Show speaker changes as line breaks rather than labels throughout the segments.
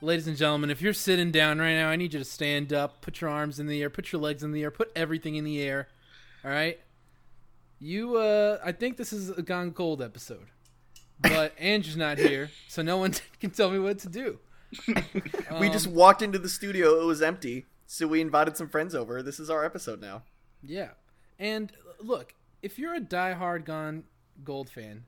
ladies and gentlemen, if you're sitting down right now, I need you to stand up, put your arms in the air, put your legs in the air, put everything in the air. All right. You, uh, I think this is a Gone Cold episode, but Andrew's not here, so no one can tell me what to do.
we just
Um,
walked into the studio; it was empty, so we invited some friends over. This is our episode now.
Yeah. And look, if you're a diehard Gone Gold fan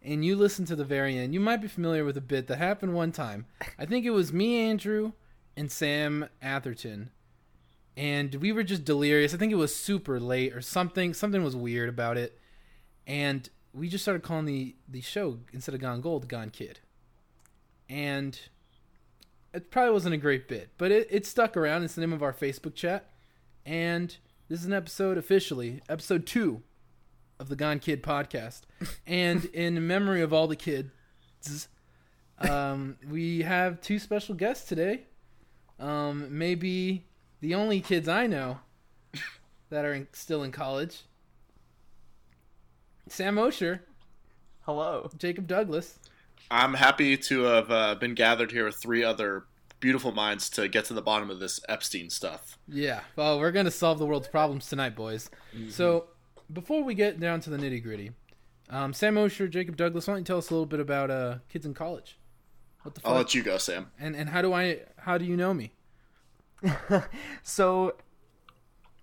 and you listen to the very end, you might be familiar with a bit that happened one time. I think it was me, Andrew, and Sam Atherton. And we were just delirious. I think it was super late or something. Something was weird about it. And we just started calling the, the show, instead of Gone Gold, Gone Kid. And it probably wasn't a great bit, but it, it stuck around. It's the name of our Facebook chat. And this is an episode officially, episode two of the Gone Kid podcast. And in memory of all the kids, um, we have two special guests today. Um, maybe the only kids I know that are in, still in college Sam Osher,
Hello.
Jacob Douglas,
I'm happy to have uh, been gathered here with three other beautiful minds to get to the bottom of this Epstein stuff.
Yeah. Well, we're going to solve the world's problems tonight, boys. So, before we get down to the nitty gritty, um, Sam Osher, Jacob Douglas, why don't you tell us a little bit about uh, kids in college? What the
I'll
fuck?
let you go, Sam.
And and how do I? How do you know me?
So,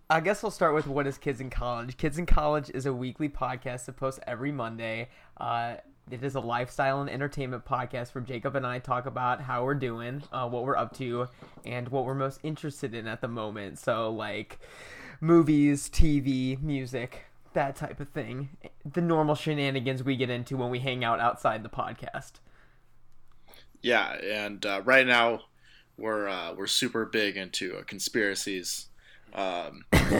I guess I'll start with what is Kids in College. Kids in College is a weekly podcast that posts every Monday. Uh, it is a lifestyle and entertainment podcast where Jacob and I talk about how we're doing, uh, what we're up to, and what we're most interested in at the moment. So, like movies, TV, music, that type of thing. The normal shenanigans we get into when we hang out outside the podcast.
Yeah, and uh, right now we're uh, we're super big into uh, conspiracies. Um,
All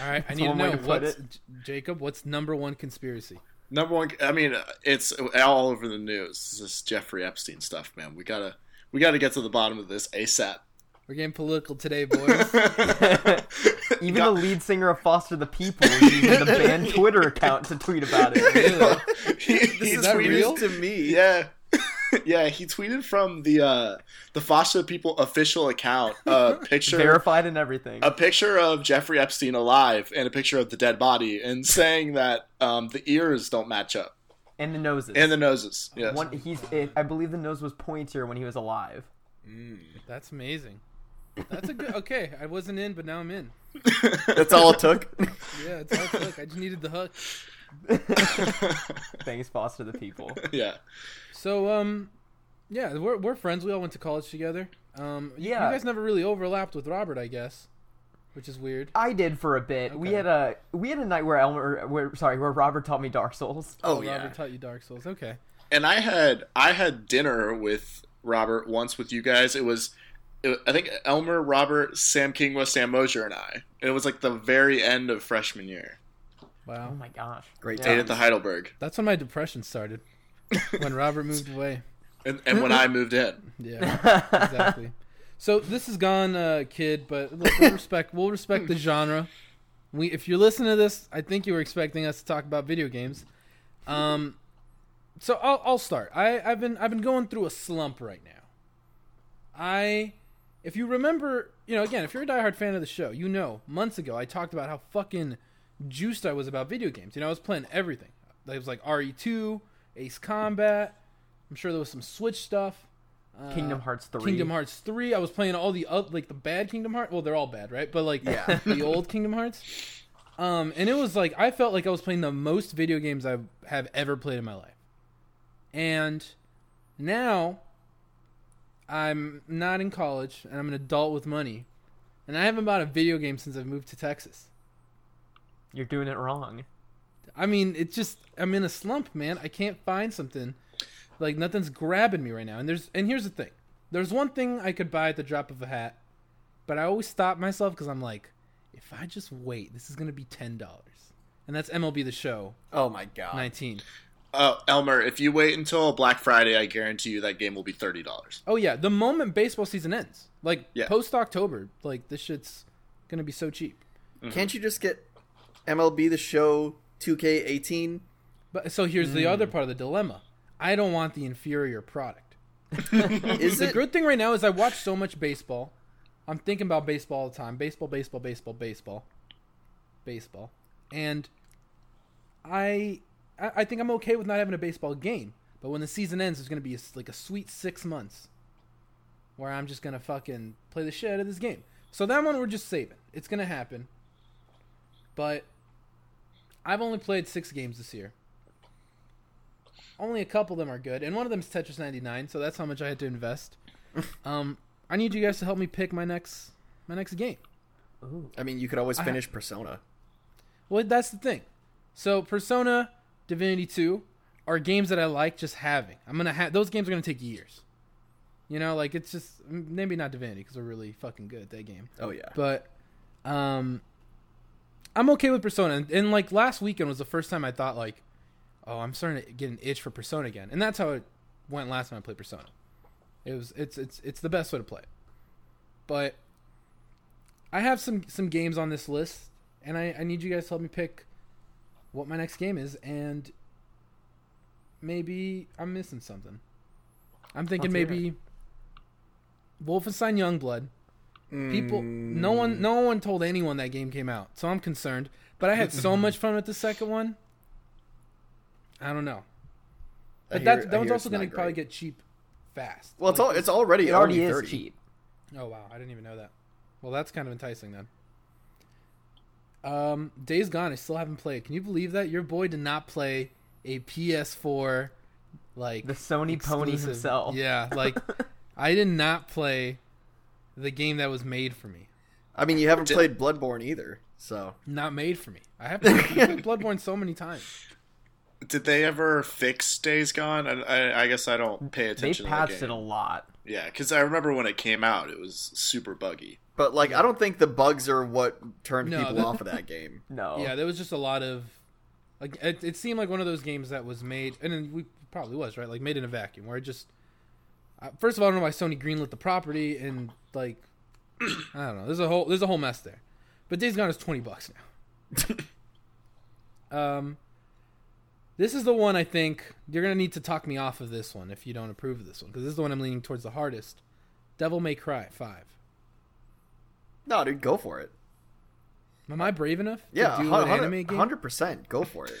right, I need to
one way
know
to put
what's J- Jacob. What's number one conspiracy?
number one, I mean, uh, it's all over the news. This Jeffrey Epstein stuff, man. We gotta we gotta get to the bottom of this asap.
We're getting political today, boys.
Even
Got-
the lead singer of Foster the People is using the band Twitter account to tweet about it.
Really?
He-
This
he
is,
that
tweeted-
real?
news to me.
Yeah. yeah, he tweeted from the uh the Foster the People official account a picture
verified and everything.
a picture of Jeffrey Epstein alive and a picture of the dead body and saying that um, the ears don't match up
and the noses.
and the noses. Yes.
one, he's. I believe the nose was pointier when he was alive.
That's amazing. That's a good. Okay, I wasn't in, but now I'm in.
That's all it took.
Yeah, it's all hook. I just needed the hook.
Thanks, Foster the People.
yeah.
So, um, yeah, we're we're friends. We all went to college together. Um, y-
Yeah.
you guys never really overlapped with Robert, I guess, which is weird.
I did for a bit. We
Okay.
had a we had a night where Elmer, where, sorry, where Robert taught me Dark Souls.
Oh, yeah.
Robert taught you Dark Souls. Okay.
And I had I had dinner with Robert once with you guys. It was it, I think Elmer, Robert, Sam King, was Sam Mosier, and I. And it was like the very end of freshman year.
Oh
Wow.
my gosh!
Great
Ate
time.
at the Heidelberg,
That's when my depression started. when Robert moved away.
and, and when I moved in,
Yeah. Exactly. so this is gone, uh, kid. But look, we'll respect we'll respect the genre. We, if you're listening to this, I think you were expecting us to talk about video games. Um, so I'll, I'll start. I, I've been I've been going through a slump right now. I, if you remember, you know, again, if you're a diehard fan of the show, you know, months ago I talked about how fucking juiced I was about video games. You know, I was playing everything. It was like RE2, Ace Combat. I'm sure there was some Switch stuff. Uh,
Kingdom Hearts three.
Kingdom Hearts three. I was playing all the oth- like the bad Kingdom Hearts. Well, they're all bad, right? But like
Yeah.
the old Kingdom Hearts. Um, and it was like I felt like I was playing the most video games I have ever played in my life. And now I'm not in college and I'm an adult with money, and I haven't bought a video game since I've moved to Texas.
You're doing it wrong.
I mean, it's just I'm in a slump, man. I can't find something. Like nothing's grabbing me right now. And there's and here's the thing. There's one thing I could buy at the drop of a hat, but I always stop myself because I'm like, if I just wait, this is gonna be ten dollars. And that's MLB the Show
Oh my god.
19.
uh, Elmer, if you wait until Black Friday, I guarantee you that game will be thirty dollars.
Oh yeah, the moment baseball season ends, like
Yeah.
post October, like this shit's gonna be so cheap.
Can't you just get MLB the Show 2K18?
But so here's the other part of the dilemma. I don't want the inferior product.
Is
the
it?
good thing right now is I watch so much baseball. I'm thinking about baseball all the time. Baseball, baseball, baseball, baseball, baseball, and I, I I think I'm okay with not having a baseball game. But when the season ends, there's going to be a s like a sweet six months where I'm just going to fucking play the shit out of this game. So that one we're just saving. It's going to happen. But I've only played six games this year. Only a couple of them are good, and one of them is Tetris 99. So that's how much I had to invest. Um, I need you guys to help me pick my next my next game.
Ooh.
I mean, you could always
I-
finish Persona.
Well, that's the thing. So Persona, Divinity Two, are games that I like just having. I'm gonna have those games are gonna take years. You know, like it's just m- maybe not Divinity because we're really fucking good at that game.
Oh yeah.
But um, I'm okay with Persona, and, and like last weekend was the first time I thought like, oh, I'm starting to get an itch for Persona again, and that's how it went last time I played Persona. It was it's it's it's the best way to play it. But I have some some games on this list, and I I need you guys to help me pick what my next game is, and maybe I'm missing something. I'm thinking
Let's hear
maybe Wolfenstein Youngblood. People,
Mm.
no one, no one told anyone that game came out, so I'm concerned. But I had so much fun with the second one. I don't know,
I
but
hear-
that
I
that one's
hear it's
also going
not
to probably
great.
get cheap fast.
Well, it's
Like,
all, it's already
It already
only
is
30.
cheap.
Oh wow, I didn't even know that. Well, that's kind of enticing then. Um, Days Gone, I still haven't played. Can you believe that your boy did not play a PS4 like
The Sony pony
exclusive-
himself.
Yeah, like I did not play the game that was made for me.
I mean, you haven't
Did-
played Bloodborne either, so
Not made for me. I have played, I've played Bloodborne so many times.
Did they ever fix Days Gone? I, I, I guess I don't pay
They
attention. to
patched
the
it
game.
a lot.
Yeah, because I remember when it came out, it was super buggy.
But like, I don't think the bugs are what turned
No,
people
that-
off of that game.
No.
Yeah, there was just a lot of like it, it seemed like one of those games that was made and then we probably was right like made in a vacuum where it just uh, first of all I don't know why Sony greenlit the property and like I don't know there's a whole there's a whole mess there, but Days Gone is twenty bucks now. um, this is the one I think you're gonna need to talk me off of this one if you don't approve of this one because this is the one I'm leaning towards the hardest. Devil May Cry five.
No, dude, go for it.
Am I brave enough? to
Yeah,
do an anime game.
hundred percent, go for it.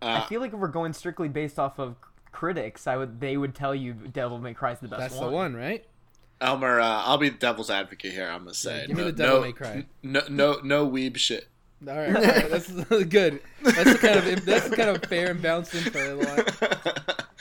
Uh,
I feel like if we're going strictly based off of c- critics, I would they would tell you Devil May Cry is the best
That's
one.
the one, right?
Elmer, uh, I'll be the devil's advocate here. I'm gonna say,
give me
no,
the devil
no-
may cry.
No, no, no weeb shit.
All right, all right, that's good. That's the kind of that's the kind of fair and balanced info. I like.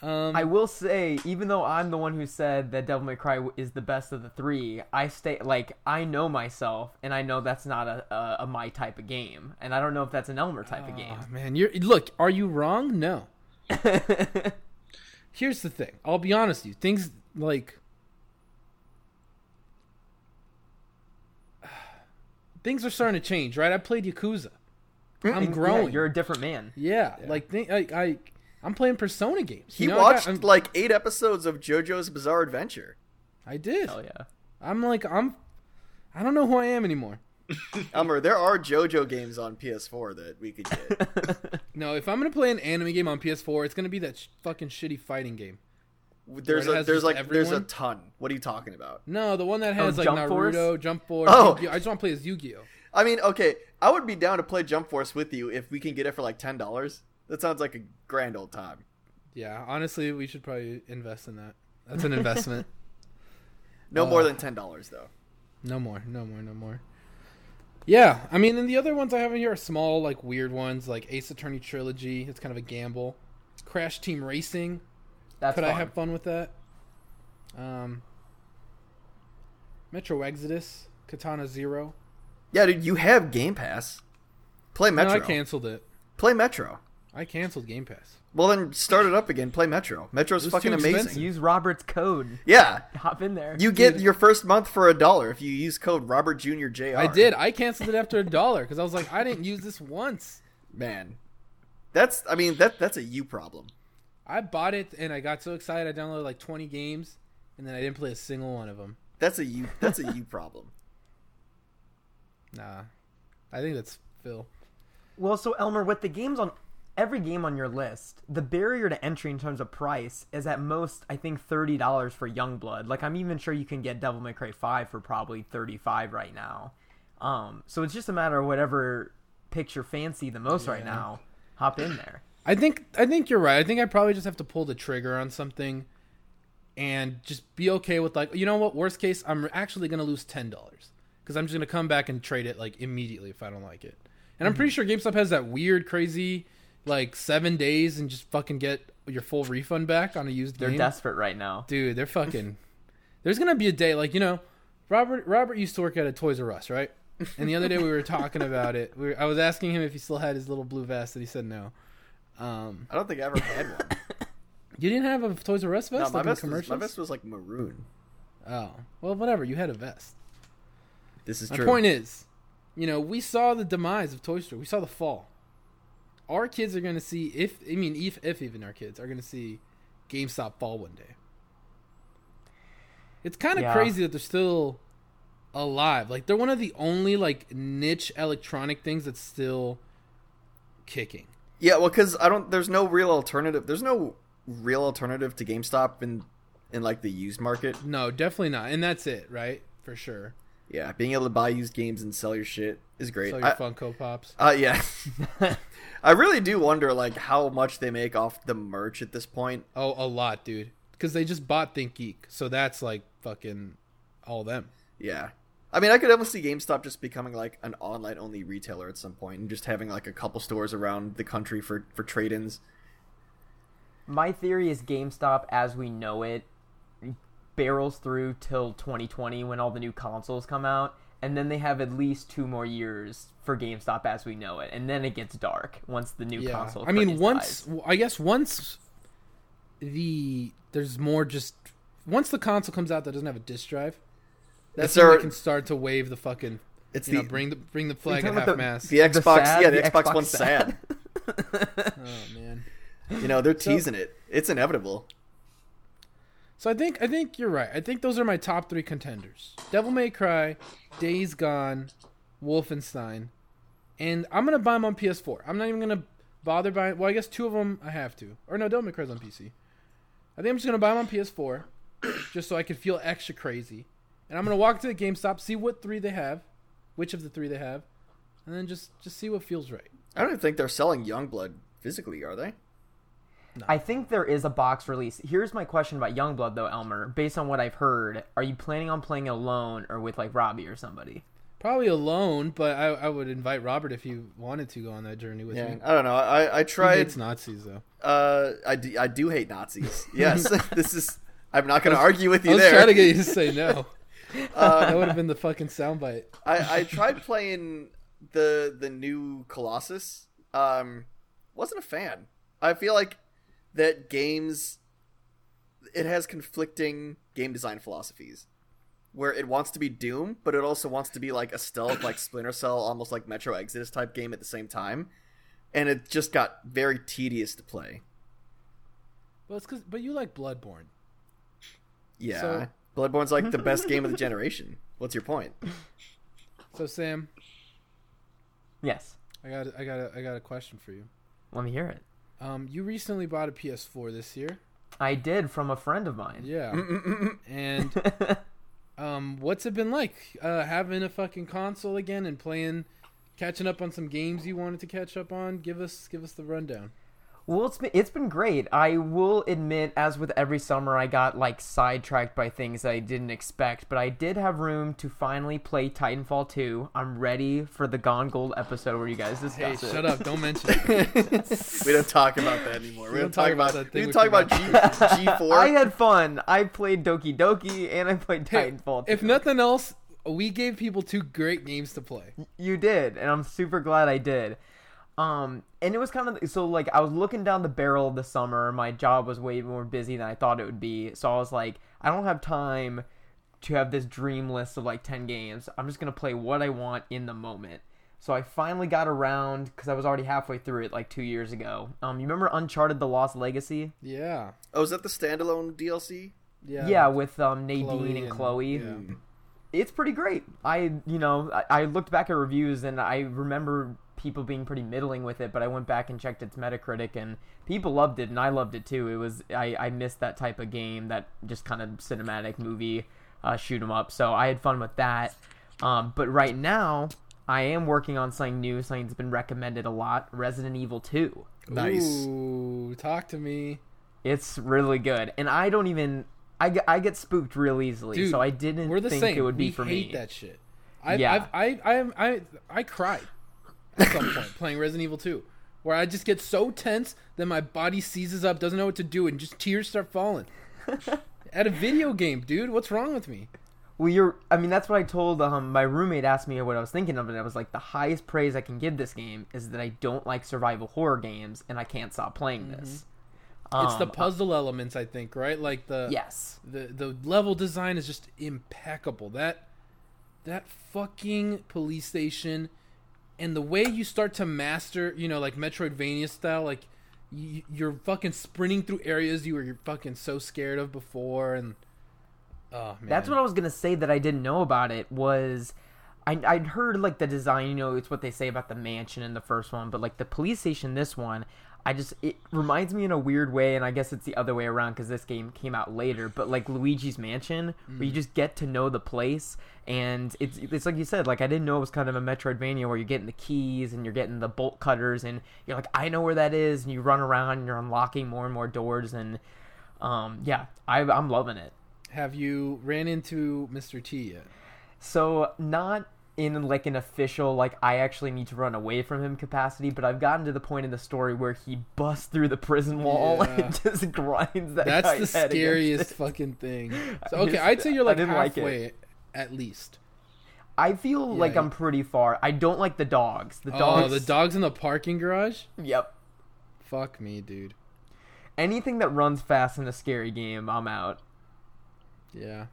Um,
I will say, even though I'm the one who said that Devil May Cry w- is the best of the three, I stay like I know myself, and I know that's not a, a, a my type of game, and I don't know if that's an Elmer type of
Aw,
game.
Oh, man, you're look. Are you wrong? No. Here's the thing. I'll be honest with you. Things like things are starting to change, right? I played Yakuza. I'm growing.
Yeah, you're a different man.
yeah, like thi- I, I, I'm playing Persona games.
He
you know, I got-
watched
I'm-
like eight episodes of JoJo's Bizarre Adventure.
I did.
Hell yeah.
I'm like I'm. I don't know who I am anymore.
Elmer, there are JoJo games on PS4 that we could get.
No, if I'm gonna play an anime game on PS4, it's gonna be that sh- fucking shitty fighting game.
There's
Where it
a
has
there's
just
like there's a
everyone?
ton. What are you talking about?
No, the one that has like
Oh, Jump Force?
Naruto, Jump Force.
Oh.
Yu-Gi-Oh. I just want to play as Yu-Gi-Oh.
I mean, okay, I would be down to play Jump Force with you if we can get it for like ten dollars. That sounds like a grand old time.
Yeah, honestly, we should probably invest in that. That's an investment.
No
Uh.
more than ten dollars though.
no more, no more, no more. Yeah, I mean, and the other ones I have in here are small, like weird ones, like Ace Attorney trilogy. It's kind of a gamble. Crash Team Racing.
That's
Could I
fun.
have fun with that? Um, Metro Exodus, Katana Zero.
Yeah, dude, you have Game Pass. Play Metro.
No, I canceled it.
Play Metro.
I canceled Game Pass.
Well, then start it up again. Play Metro. Metro's
It was
fucking
too
amazing.
expensive.
Use Robert's code.
Yeah,
Hop in there.
you get your first month for a dollar if you use code Robert Junior Jr.
I did. I canceled it after a dollar because I was like, I didn't use this once.
Man, that's I mean that that's a you problem.
I bought it and I got so excited. I downloaded like 20 games and then I didn't play a single one of them.
That's a you that's a you problem.
Nah, I think that's Phil.
Well, so Elmer, with the games on every game on your list, the barrier to entry in terms of price is at most, I think, thirty dollars for Youngblood. Like I'm even sure you can get Devil May Cry Five for probably thirty-five right now. Um, so it's just a matter of whatever picks your fancy the most right now. Hop in there.
I think I think you're right. I think I probably just have to pull the trigger on something, and just be okay with like you know what. Worst case, I'm actually gonna lose ten dollars because I'm just gonna come back and trade it like immediately if I don't like it. And I'm pretty sure GameStop has that weird, crazy, like seven days and just fucking get your full refund back on a used
They're
game.
desperate right now.
Dude, they're fucking. There's gonna be a day like you know, Robert. Robert used to work at a Toys R Us, right? And the other day we were talking about it. We were, I was asking him if he still had his little blue vest, and he said no. Um,
I don't think I ever had one.
you didn't have a Toys R Us
No,
vest
my
like in
vest, was,
commercials.
my vest was like maroon.
Oh, well, whatever. You had a vest.
This is
My
true.
point is, you know, we saw the demise of Toy Story. We saw the fall. Our kids are going to see if I mean if if even our kids are going to see GameStop fall one day. It's kind of
Yeah.
crazy that they're still alive. Like they're one of the only like niche electronic things that's still kicking.
Yeah, well, because I don't. There's no real alternative. There's no real alternative to GameStop in in like the used market.
No, definitely not. And that's it, right? For sure.
Yeah, being able to buy used games and sell your shit is great.
Sell your
I,
Funko Pops.
uh, yeah, I really do wonder like how much they make off the merch at this point.
Oh, a lot, dude. Because they just bought Think Geek, so that's like fucking all them.
Yeah. I mean, I could almost see GameStop just becoming like an online-only retailer at some point, and just having like a couple stores around the country for for trade-ins.
My theory is GameStop, as we know it, barrels through till 2020 when all the new consoles come out, and then they have at least two more years for GameStop as we know it, and then it gets dark once the new
Yeah,
console.
I mean,
craze
once
dies.
I guess once the there's more just once the console comes out that doesn't have a disk drive, that's
It's
when
our-
they can start to wave the fucking
It's
you
the
know bring the bring the flag at
talking
half
about the-
mast.
the Xbox.
sad,
yeah, the,
the
Xbox,
Xbox
One's sad.
oh man.
You know, they're teasing it. It's inevitable.
So I think I think you're right. I think those are my top three contenders: Devil May Cry, Days Gone, Wolfenstein, and I'm gonna buy them on PS4. I'm not even gonna bother buying. Well, I guess two of them I have to. Or no, Devil May Cry's on PC. I think I'm just gonna buy them on PS4, just so I can feel extra crazy. And I'm gonna walk to the GameStop, see what three they have, which of the three they have, and then just just see what feels right.
I don't even think they're selling Youngblood physically, are they?
I think there is a box release. Here's my question about Youngblood, though, Elmer. Based on what I've heard, are you planning on playing it alone or with like Robbie or somebody?
Probably alone, but I, I would invite Robert if he wanted to go on that journey with me.
I don't know. I I
He
tried.
hates Nazis though.
Uh, I do, I do hate Nazis. Yes, this is. I'm not going to argue with
I
you
was
there.
trying to get you to say no. that
Uh,
would have been the fucking soundbite.
I I tried playing the the new Colossus. Um, wasn't a fan. I feel like that games it has conflicting game design philosophies, where it wants to be Doom, but it also wants to be like a stealth, like Splinter Cell, almost like Metro Exodus type game at the same time, and it just got very tedious to play.
Well, it's 'cause- but you like Bloodborne.
Yeah.
So-
Bloodborne's like the best game of the generation. What's your point?
So Sam,
Yes.
I got a- I got a, I got a question for you.
Let me hear it.
Um, you recently bought a PS4 this year.
I did from a friend of mine.
Yeah. and um, what's it been like uh, having a fucking console again and playing, catching up on some games you wanted to catch up on? Give us give us the rundown.
Well, it's been, it's been great. I will admit, as with every summer, I got like sidetracked by things I didn't expect, but I did have room to finally play Titanfall 2. I'm ready for the Gone Gold episode where you guys
Hey,
discuss it.
shut up! Don't mention. it.
we don't talk about that anymore. We,
don't
don't talk
talk
about,
about that
we
thing
talk
we
about G
I
G4.
had fun. I played Doki Doki and I played
Hey,
Titanfall 2.
if nothing else, we gave people two great games to play.
you did, and I'm super glad I did. Um, and it was kind of so like I was looking down the barrel of the summer. My job was way more busy than I thought it would be, so I was like, I don't have time to have this dream list of like ten games. I'm just gonna play what I want in the moment. So I finally got around because I was already halfway through it like two years ago. Um, you remember Uncharted: The Lost Legacy?
Yeah.
Oh, is that the standalone DLC?
Yeah.
Yeah, with um Nadine
Chloe
and
and-
Chloe.
yeah.
it's pretty great. I you know I, I looked back at reviews and I remember people being pretty middling with it, but I went back and checked its Metacritic and people loved it and I loved it too. It was I I missed that type of game that just kind of cinematic movie uh, shoot 'em up. So I had fun with that. Um, but right now I am working on something new. Something that's been recommended a lot: Resident Evil Two.
Nice.
Ooh, talk to me.
It's really good, and I don't even. I get, I get spooked real easily,
Dude,
so I didn't
We're the
think
same.
it would be
we
for
hate
me.
that shit. I,
Yeah.
I've, I, I, I, I cried at some point playing Resident Evil 2, where I just get so tense that my body seizes up, doesn't know what to do, and just tears start falling. at a video game, dude, what's wrong with me?
Well, you're. I mean, that's what I told um, my roommate. Asked me what I was thinking of, and I was like, the highest praise I can give this game is that I don't like survival horror games, and I can't stop playing
Mm-hmm.
this.
It's the
Um,
puzzle elements, I think, right? Like the
Yes.
the the level design is just impeccable. That that fucking police station and the way you start to master, you know, like Metroidvania style, like you, you're fucking sprinting through areas you were you're fucking so scared of before, and oh man,
That's what I was gonna say that I didn't know about it was. I, I'd heard like the design, you know, it's what they say about the mansion in the first one, but like the police station, this one, I just it reminds me in a weird way, and I guess it's the other way around because this game came out later. But like Luigi's Mansion, where you just get to know the place, and it's it's like you said, like I didn't know it was kind of a Metroidvania where you're getting the keys and you're getting the bolt cutters, and you're like, I know where that is, and you run around and you're unlocking more and more doors, and um, yeah, I, I'm loving it.
have you ran into Mr. T yet?
So not in like an official like I actually need to run away from him capacity, but I've gotten to the point in the story where he busts through the prison wall
Yeah.
and just grinds that.
That's the
guy's head against
scariest
it.
fucking thing.
I
So, okay,
just-
I'd say you're
I
like
didn't like it.
halfway at least.
I feel like
Yeah.
I'm pretty far. I don't like the dogs. The dogs.
Oh, the dogs in the parking garage.
Yep.
Fuck me, dude.
Anything that runs fast in a scary game, I'm out.
Yeah.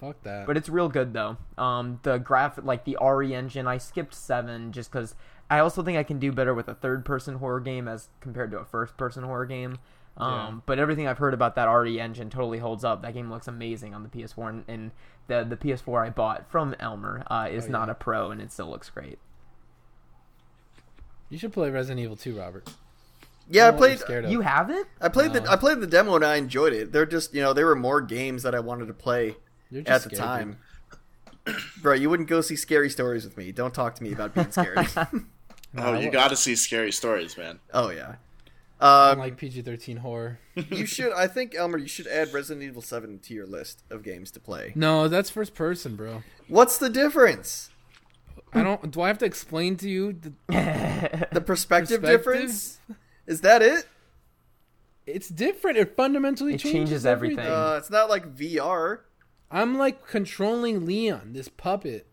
Fuck that.
But it's real good though. Um, the graphic, like the RE engine, I skipped seven just because I also think I can do better with a third-person horror game as compared to a first-person horror game. Um, but everything I've heard about that RE engine totally holds up. That game looks amazing on the PS4, and, and the the PS4 I bought from Elmer uh, is
Oh,
not a pro, and it still looks great.
you should play Resident Evil 2, Robert.
Yeah, I
Don't know what you're
played.
scared Uh-huh. of.
You have it?
I played the I played the demo and I enjoyed it. There just you know there were more games that I wanted to play
You're
at
just
the
scared,
time. Bro, you wouldn't go see scary stories with me. Don't talk to me about being scared.
Oh, you
I-
got to see scary stories, man.
oh yeah.
dude.
Um,
Like PG-13 horror.
you should. I think Elmer, you should add Resident Evil Seven to your list of games to play.
No, that's first person, bro.
What's the difference?
I don't. Do I have to explain to you? th-
The perspective,
Perspective?
difference? Is that it?
It's different. It fundamentally
It
changes,
changes everything.
Uh, it's not like VR.
I'm like controlling Leon, this puppet,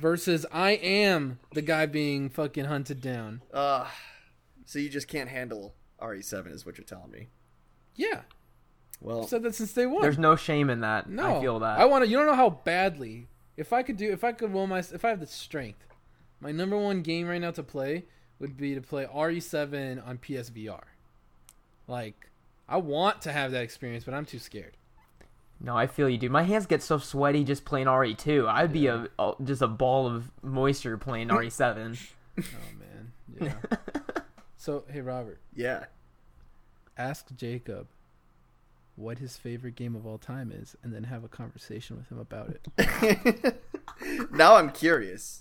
versus I am the guy being fucking hunted down.
Uh, so you just can't handle RE7 is what you're telling me.
Yeah,
Well,
I've said that since day one.
There's no shame in that.
No,
I feel that.
I want to. You don't know how badly. If I could do, if I could will my, if I have the strength, my number one game right now to play would be to play RE7 on PSVR. Like, I want to have that experience, but I'm too scared.
No, I feel you, dude. My hands get so sweaty just playing RE2. I'd be a, a just a ball of moisture playing E RE7.
Oh man, yeah. so hey, Robert,
yeah.
ask Jacob what his favorite game of all time is, and then have a conversation with him about it.
now I'm curious.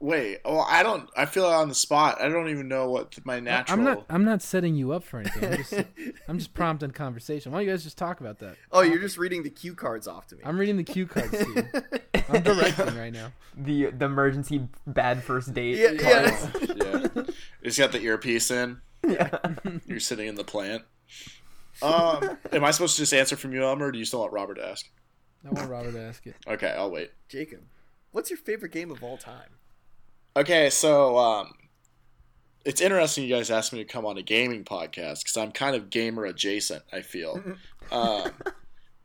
Wait, oh, I don't. I feel on the spot. I don't even know what my natural.
I'm not. I'm not setting you up for anything. I'm just, I'm just prompting conversation. Why don't you guys just talk about that?
Oh, you're just reading the cue cards off to me.
I'm reading the cue cards to you. I'm directing right now.
the the emergency bad first date.
Yeah,
cards.
yeah.
yeah, he's got the earpiece in. You're sitting in the plant. Um, am I supposed to just answer from you, Elmer? Or do you still want Robert to ask?
I want Robert to ask it.
Okay, I'll wait.
Jacob, what's your favorite game of all time?
Okay, so um, it's interesting you guys asked me to come on a gaming podcast because I'm kind of gamer adjacent. I feel,
Mm-hmm.
um,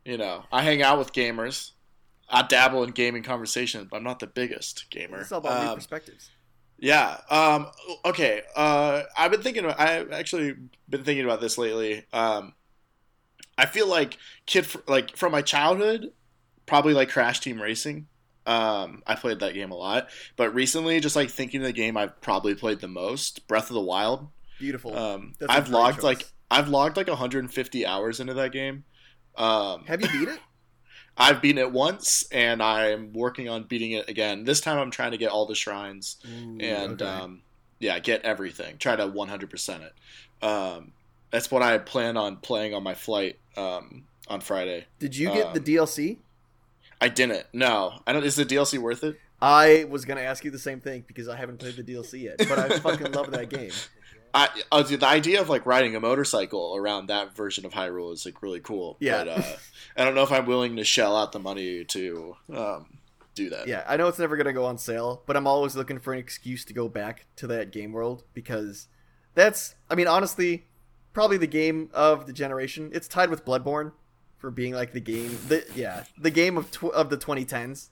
you know, I hang out with gamers. I dabble in gaming conversations, but I'm not the biggest gamer.
It's all about new
Um,
perspectives.
Yeah. Um, okay. Uh, I've been thinking. I've actually been thinking about this lately. Um, I feel like kid, like from my childhood, probably like Crash Team Racing Um, I played that game a lot, but recently, just like thinking of the game I've probably played the most, Breath of the Wild.
Beautiful.
Um,
Oh, That's a
I've
great
logged
choice.
like I've logged like 150 hours into that game. Um,
Have you beat it?
I've beaten it once, and I'm working on beating it again. This time, I'm trying to get all the shrines and um, yeah, get everything. Try to 100% it. Um, that's what I plan on playing on my flight um, on Friday.
Did you get the
um,
DLC?
I didn't. No, I don't. Is the DLC worth it?
I was gonna ask you the same thing because I haven't played the DLC yet, but I fucking love that game.
I uh, the idea of like riding a motorcycle around that version of Hyrule is like really cool.
Yeah.
But, uh, I don't know if I'm willing to shell out the money to um, do that.
Yeah, I know it's never gonna go on sale, but I'm always looking for an excuse to go back to that game world because that's, I mean, honestly, probably the game of the generation. It's tied with Bloodborne for being like the game, the yeah, the game of tw- of the 2010s.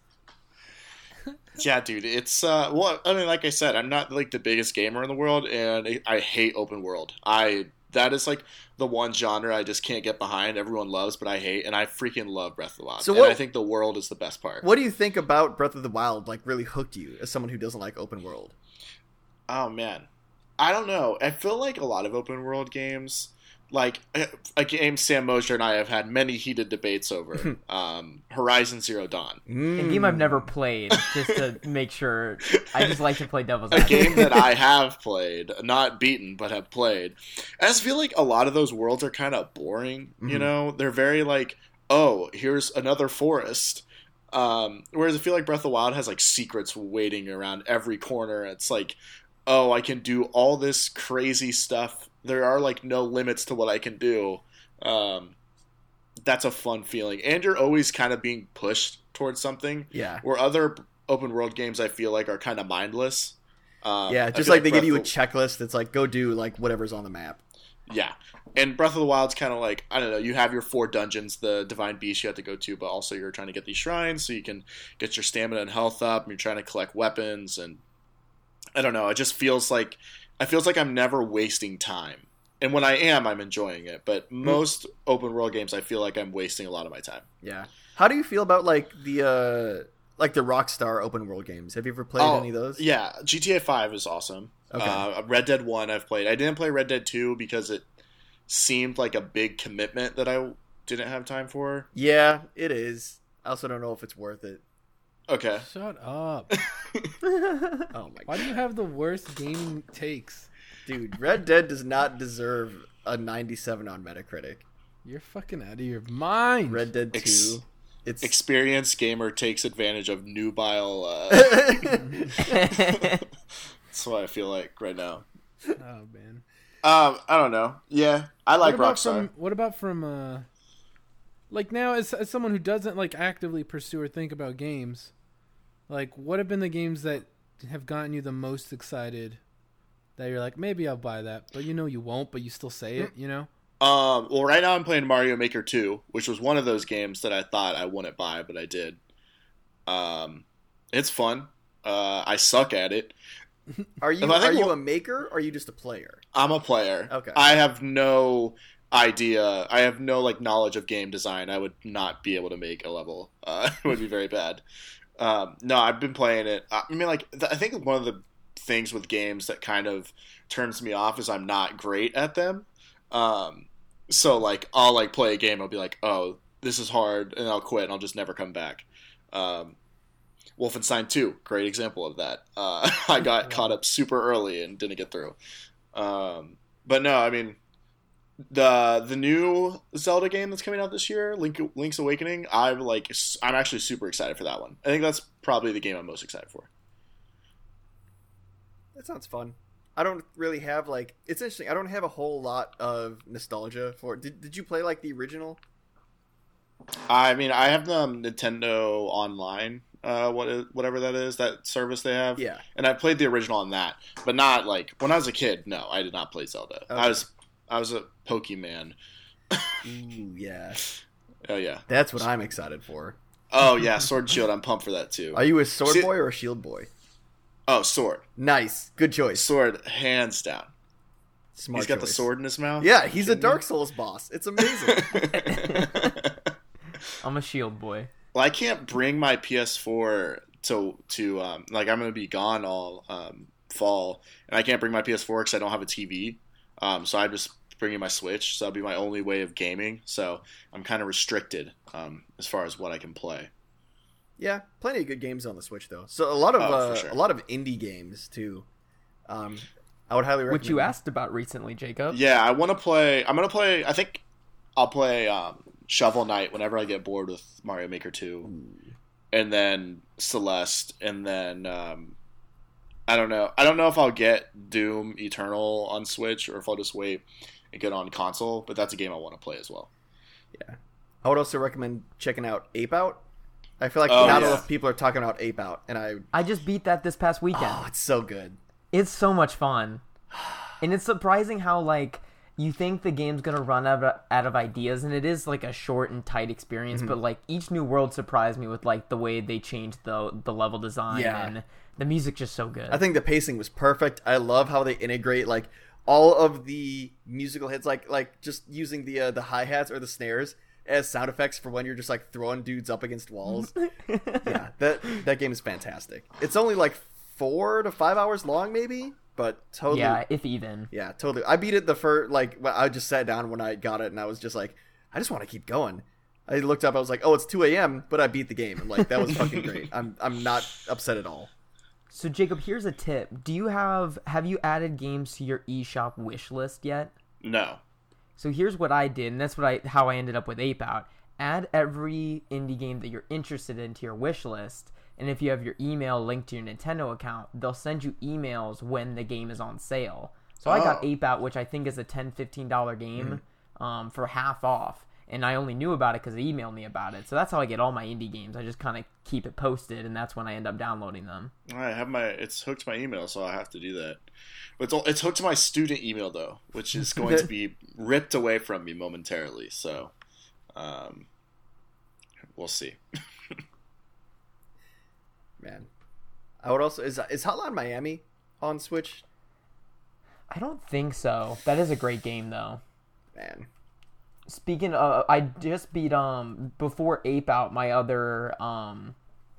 Yeah, dude. It's uh, well, I mean, like I said, I'm not like the biggest gamer in the world, and I- I hate open world. I that is like the one genre I just can't get behind. Everyone loves, but I hate, and I freaking love Breath of the Wild.
So
and
what-
I think the world is the best part.
What do you think about Breath of the Wild? Like, really hooked you as someone who doesn't like open world?
Oh man, I don't know. I feel like a lot of open world games, like eh, a game Sam Mosher and I have had many heated debates over, um, Horizon Zero Dawn,
A game I've
Mm.
never played, just to make sure. I just like to play Devil's
a
Advocate.
game that I have played, not beaten, but have played. I just feel like a lot of those worlds are kind of boring. You
Mhm.
know, they're very like, oh, here's another forest. Um, whereas I feel like Breath of the Wild has like secrets waiting around every corner. It's like, oh, I can do all this crazy stuff. There are like no limits to what I can do. Um, that's a fun feeling, and you're always kind of being pushed towards something
Yeah,
where other open world games I feel like are kind of mindless. Um, I
yeah, just
feel
like they give
Breath
you a
of the-
checklist that's like, go do like whatever's on the map.
yeah, and Breath of the Wild's kind of like I don't know. You have your four dungeons, the Divine Beast you have to go to, but also you're trying to get these shrines so you can get your stamina and health up. And you're trying to collect weapons, and I don't know. It just feels like I feels like I'm never wasting time. And when I am, I'm enjoying it. But
Hmm.
most open world games, I feel like I'm wasting a lot of my time.
Yeah. How do you feel about like the uh like the Rockstar open world games? Have you ever played
Oh,
any of those?
Yeah, GTA Five is awesome.
Okay.
Uh, Red Dead One I've played. I didn't play Red Dead Two because it seemed like a big commitment that I didn't have time for.
Yeah, it is. I also don't know if it's worth it.
Okay,
Shut up.
Oh my
Why
god.
do you have the worst gaming takes?
Dude, Red Dead does not deserve a 97 on Metacritic.
You're fucking out of your mind.
Red Dead 2.
Ex-
it's
experienced gamer takes advantage of nubile. Uh, that's what I feel like right now.
Oh man.
Um, I don't know. Yeah, I like
what about
Rockstar.
from what about from uh like now as, as someone who doesn't like actively pursue or think about games like what have been the games that have gotten you the most excited that you're like maybe I'll buy that but you know you won't but you still say it you know
Um, well, right now I'm playing Mario Maker 2, which was one of those games that I thought I wouldn't buy, but I did. Um, it's fun. Uh, I suck at it.
Are you
Well, I
are
think
you
we'll-
a maker or are you just a player?
I'm a player.
Okay.
I have no idea. I have no like knowledge of game design. I would not be able to make a level. Uh, it would be very bad. Um, no, I've been playing it. I I mean, like th- I think one of the things with games that kind of turns me off is I'm not great at them. Um, so like I'll like play a game. I'll be like, oh, this is hard, and I'll quit, and I'll just never come back. Um, Wolfenstein 2, great example of that. Uh, I got caught up super early and didn't get through. Um, but no, I mean the the new Zelda game that's coming out this year, Link Link's Awakening. I'm like s- I'm actually super excited for that one. I think that's probably the game I'm most excited for.
That sounds fun. I don't really have like it's interesting. I don't have a whole lot of nostalgia for. Did did you play like the original?
I mean, I have the um, Nintendo Online, uh, what whatever that is, that service they have.
Yeah.
and I played the original on that, but not like when I was a kid. No, I did not play Zelda. I
Okay.
was I was a Pokemon.
Ooh, yeah.
Oh yeah,
That's what I'm excited for.
oh yeah, Sword and Shield. I'm pumped for that too.
Are you a sword
See-
boy or a shield boy?
Oh, Sword,
Nice, good choice.
Sword, hands down.
Smart.
he's got the
choice.
sword in his mouth.
Yeah, he's a Dark Souls boss. It's amazing.
I'm a shield boy.
Well, I can't bring my PS4 to to um, like I'm gonna be gone all um, fall, and I can't bring my PS4 because I don't have a TV. Um, so I'm just bringing my Switch. So that'll be my only way of gaming. So I'm kind of restricted um, as far as what I can play.
Yeah, plenty of good games on the Switch though. So a lot of
Oh,
uh,
for sure.
a lot of indie games too. Um, I would highly recommend.
Which you asked about recently, Jacob.
Yeah, I want to play. I'm gonna play. I think I'll play um, Shovel Knight whenever I get bored with Mario Maker Two, and then Celeste, and then um, I don't know. I don't know if I'll get Doom Eternal on Switch or if I'll just wait and get on console. But that's a game I want to play as well.
I would also recommend checking out Ape Out. I feel like
Oh,
not a
yeah.
lot of people are talking about Ape Out, and I
I just beat that this past weekend.
oh, it's so good.
It's so much fun. And it's surprising how like you think the game's gonna run out of, out of ideas, and it is like a short and tight experience.
Mm-hmm.
But like each new world surprised me with like the way they changed the the level design
Yeah.
and the music just so good.
I think the pacing was perfect. I love how they integrate like all of the musical hits, like like just using the uh, the hi hats or the snares as sound effects for when you're just like throwing dudes up against walls. yeah, that that game is fantastic. It's only like four to five hours long, maybe, but totally.
yeah,
Yeah,
if even.
totally. I beat it the first like when I just sat down when I got it, and I was just like, I just want to keep going. I looked up, I was like, oh, it's two a.m., but I beat the game. I'm like, that was fucking great. I'm I'm not upset at all.
So Jacob, here's a tip. Do you have have you added games to your eShop wish list yet?
No,
So here's what I did, and that's what I how I ended up with Ape Out. Add every indie game that you're interested in to your wish list, and if you have your email linked to your Nintendo account, they'll send you emails when the game is on sale. So I got
Oh.
Ape Out, which I think is a $10, $15 game um, for half off. And I only knew about it because they emailed me about it. So that's how I get all my indie games. I just kind of keep it posted, and that's when I end up downloading them.
I have my. It's hooked to my email, so I have to do that. But it's, all- it's hooked to my student email though, which is going to be ripped away from me momentarily. So, um, we'll see.
Man, I would also is is Hotline Miami on Switch?
I don't think so. That is a great game, though.
Man,
speaking of i just beat um before ape out my other um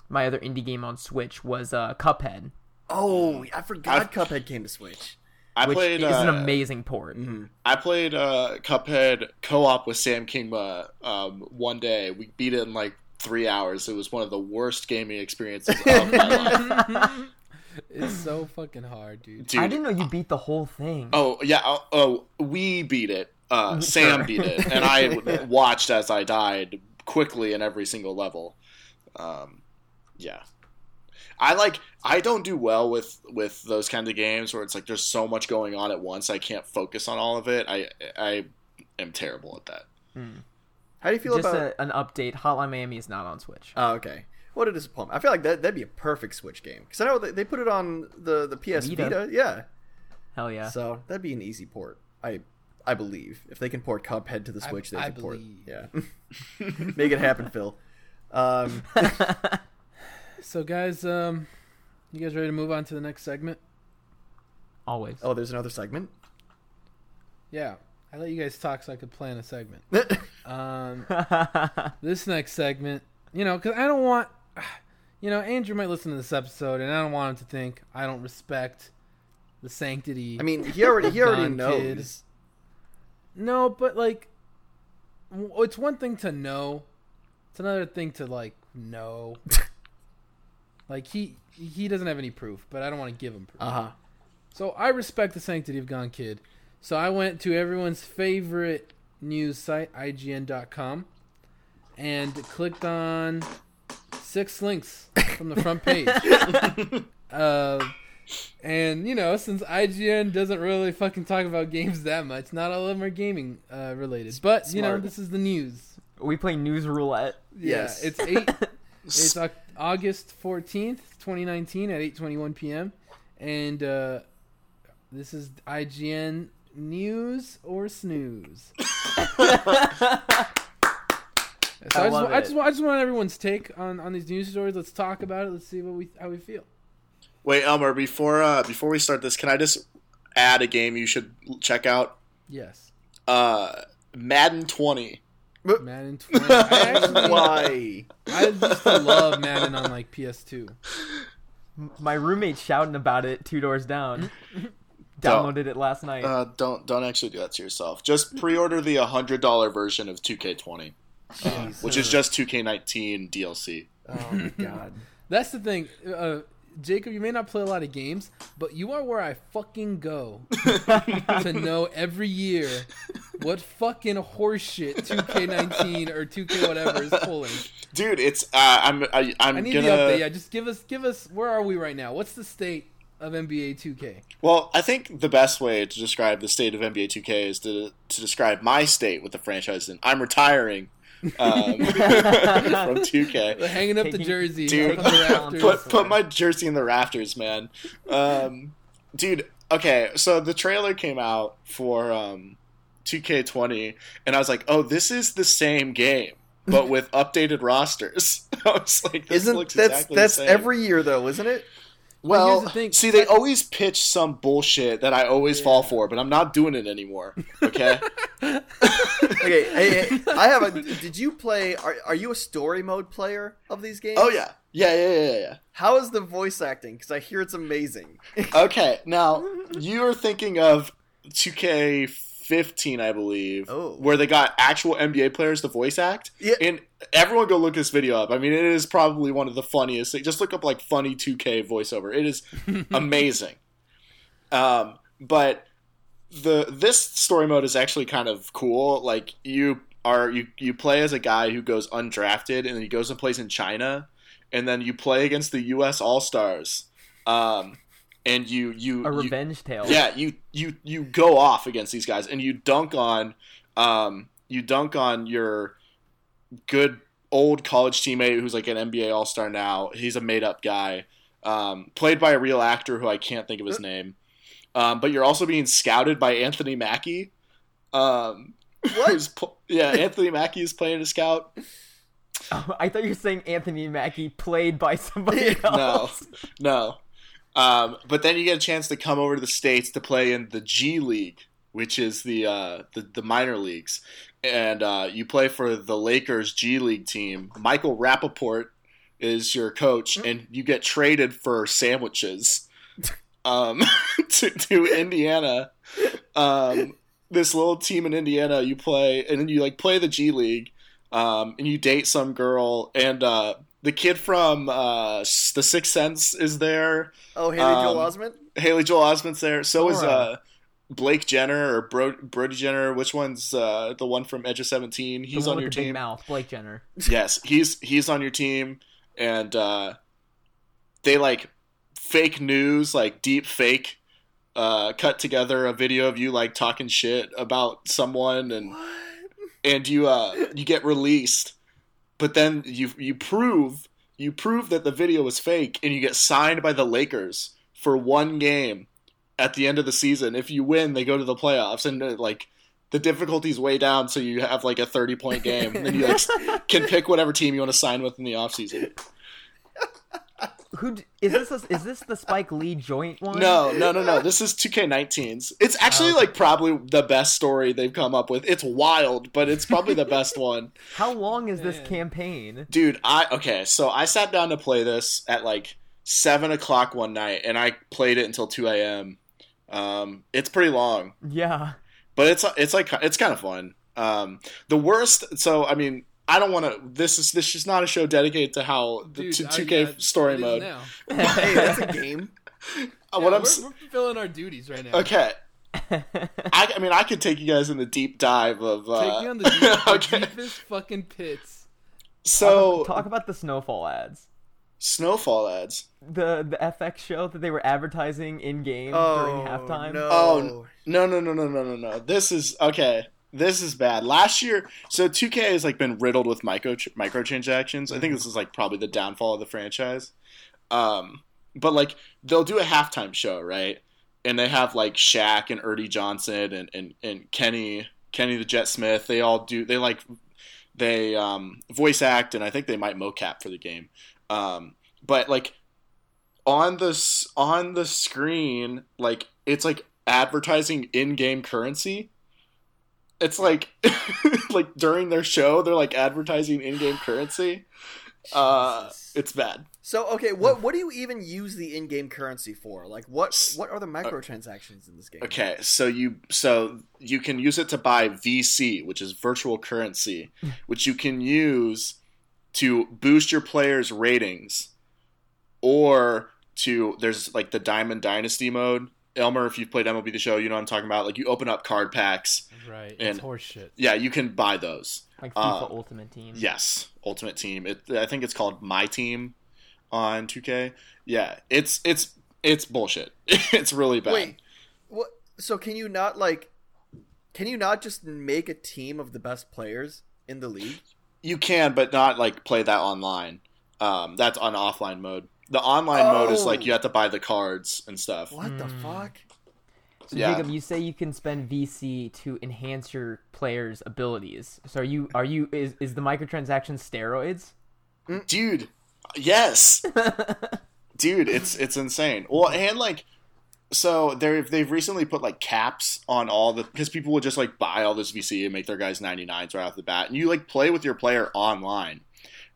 my other indie game on switch was uh cuphead
oh, I forgot Cuphead came to Switch.
I
which
played.
is an
uh,
amazing port
Mm-hmm.
I played uh, Cuphead co-op with Sam Kingma um, one day. We beat it in like three hours. It was one of the worst gaming experiences of my life,
It's so fucking hard, dude.
dude.
i didn't know you beat the whole thing
Oh yeah. Oh, oh, we beat it. Uh, Sam beat it, and I watched as I died quickly in every single level. Um, yeah, I like. I don't do well with with those kind of games where it's like there's so much going on at once. I can't focus on all of it. I I am terrible at that.
How do you feel
just
about?
a, an update hotline miami is not on switch
Oh, okay. What a disappointment! I feel like that that'd be a perfect Switch game because I know they, they put it on the the PS
Vita.
Vita. yeah.
hell yeah
So that'd be an easy port. I I believe if they can port Cuphead to the Switch, they
I
can port.
believe.
Yeah, make it happen, Phil. Um,
So, guys, um, you guys ready to move on to the next segment?
always
oh, there's another segment.
Yeah, I let you guys talk so I could plan a segment.
yeah,
Um, this next segment, you know, because I don't want, you know, Andrew might listen to this episode, and I don't want him to think I don't respect the sanctity.
I mean, he already he already
Gone, kid.
knows.
no, but like, w- it's one thing to know, it's another thing to like know. like he he doesn't have any proof, but I don't want to give him proof.
Uh huh.
So I respect the sanctity of Gone Kid. So I went to everyone's favorite news site, IGN.com, and clicked on six links from the front page. uh, and, you know, since IGN doesn't really fucking talk about games that much, not all of them are gaming uh, related. But, you know,
Smart.
this is the news.
we play news roulette
Yeah,
Yes.
it's eight. it's Au- August fourteenth, twenty nineteen, at eight twenty one p.m. And uh, this is IGN news or snooze. so I, just,
love
wa- I just
it.
wa- I just want everyone's take on, on these news stories. Let's talk about it. Let's see what we how we feel.
Wait, Elmer, before uh, before we start this, can I just add a game you should check out?
Yes.
Uh, Madden 20
But-
Madden 20. I actually,
Why?
I used to love Madden on like PS2.
My roommate's shouting about it two doors down.
Don't.
Downloaded it last night.
Uh, don't don't actually do that to yourself. Just pre-order the hundred dollar version of 2K20, uh, which is just 2K19 DLC.
Oh my god.
That's the thing, uh, Jacob. You may not play a lot of games, but you are where I fucking go to know every year what fucking horseshit 2K19 or 2K whatever is pulling.
Dude, it's uh, I'm I, I'm
I need
gonna
the update. Yeah, just give us, give us. Where are we right now? What's the state of NBA 2K?
Well, I think the best way to describe the state of NBA 2K is to to describe my state with the franchise. And I'm retiring um, from 2K.
Hanging up the
Taking-
jersey
Dude,
up on the rafters.
Put put my jersey in the rafters, man. Um, dude, okay. So the trailer came out for um, 2K20, and I was like, oh, this is the same game. But with updated rosters, I was like, "This
Isn't
looks
that's
exactly the
that's
same.
every year though, isn't it?
Well,
Well,
here's the thing.
see, they always pitch some bullshit that I always fall for, but I'm not doing it anymore. Okay,
Okay, hey, hey, I have a. Did you play? Are, are you a story mode player of these games?
Oh yeah, yeah, yeah, yeah, yeah,
How is the voice acting? Because I hear it's amazing.
yeah. Okay, now you are thinking of 2K15, I believe,
Oh.
where they got actual NBA players to voice act.
Yeah.
And everyone, go look this video up. I mean, it is probably one of the funniest. things. Just look up like funny 2K voiceover. It is amazing. um, but the this story mode is actually kind of cool. Like you are you you play as a guy who goes undrafted and then he goes and plays in China, and then you play against the U.S. All Stars, um, and you you
a
you-
revenge tale.
yeah, you you you go off against these guys and you dunk on um you dunk on your good old college teammate who's like an NBA All-Star now. He's a made-up guy um played by a real actor who I can't think of his name. Um but you're also being scouted by Anthony Mackie. Um
What?
who's pl- yeah, Anthony Mackie is playing a scout.
Oh, I thought you were saying Anthony Mackie played by somebody
No.
No.
else.
No. Um, but then you get a chance to come over to the states to play in the G League, which is the uh, the, the minor leagues, and uh, you play for the Lakers G League team. Michael Rappaport is your coach, and you get traded for sandwiches um, to to Indiana. Um, this little team in Indiana, you play, and then you like play the G League, um, and you date some girl, and uh, the kid from uh, S- The Sixth Sense is there.
Oh, Haley Joel
Um,
Osment.
Haley Joel Osment's there. So is
Laura.
uh, Blake Jenner or Bro- Brody Jenner. Which one's uh, the one from Edge of Seventeen?
The
He's on
one with
your
the big
team.
mouth, Blake Jenner.
yes, he's he's on your team, and uh, they like fake news, like deep fake. Uh, cut together a video of you like talking shit about someone and and you uh you get released but then you you prove you prove that the video was fake and you get signed by the Lakers for one game at the end of the season if you win they go to the playoffs and uh, like the difficulty's way down so you have like a 30 point game and then you like, can pick whatever team you want to sign with in the offseason
Who d- is this? A, is this the Spike Lee joint one?
no no no no this is 2k19's it's actually like probably the best story they've come up with it's wild but it's probably the best one
How long is this
Man.
campaign?
dude i okay so i sat down to play this at like seven o'clock one night and i played it until 2 a.m um it's pretty long
Yeah.
but it's it's like it's kind of fun um the worst so i mean i don't want to this is this is not a show dedicated to how the
Dude,
to
I-
2k
yeah,
story
it is
mode
now.
Hey, that's a game.
Uh,
Yeah,
what i'm
we're,
s-
we're fulfilling our duties right now.
okay I, I mean i could take you guys in the deep dive of uh
Take me on the, deep, the
okay
deepest fucking pits.
so
talk about the snowfall ads.
snowfall ads
The the FX show that they were advertising in game
Oh,
during halftime.
No.
Oh no no no no no no no! This is okay. This is bad. Last year, so 2K has like been riddled with micro microtransactions. I think this is like probably the downfall of the franchise. Um, but like they'll do a halftime show, right? And they have like Shaq and Ernie Johnson and and and Kenny Kenny the Jet Smith. They all do. They like they um, voice act, and I think they might mocap for the game. Um, but like on the s- on the screen, like it's like advertising in-game currency. it's like like during their show they're like advertising in-game currency. Uh,
Jesus.
it's bad.
So okay, what what do you even use the in-game currency for? Like what what
Uh,
are the microtransactions in this game?
Okay, so you so you can use it to buy VC, which is virtual currency, which you can use to boost your players' ratings, or to there's like the Diamond Dynasty mode. Elmer, if you've played MLB the Show, you know what I'm talking about. Like you open up card packs.
Right.
And-
it's horseshit.
Yeah, you can buy those.
Like
Uh,
FIFA Ultimate Team.
Yes, Ultimate Team. It, I think it's called My Team on 2K. Yeah, it's it's it's bullshit. it's really bad.
Wait, what? So can you not like? Can you not just make a team of the best players in the league?
You can, but not like play that online. Um, that's on offline mode. The online mode is like
Oh.
you have to buy the cards and stuff.
What the fuck?
So
Yeah.
Jacob, you say you can spend VC to enhance your players' abilities. So are you are you is, is the microtransaction steroids?
Dude, yes. Dude, it's it's insane. Well, and like so they they've recently put like caps on all the because people will just like buy all this VC and make their guys 99s right off the bat. And you like play with your player online,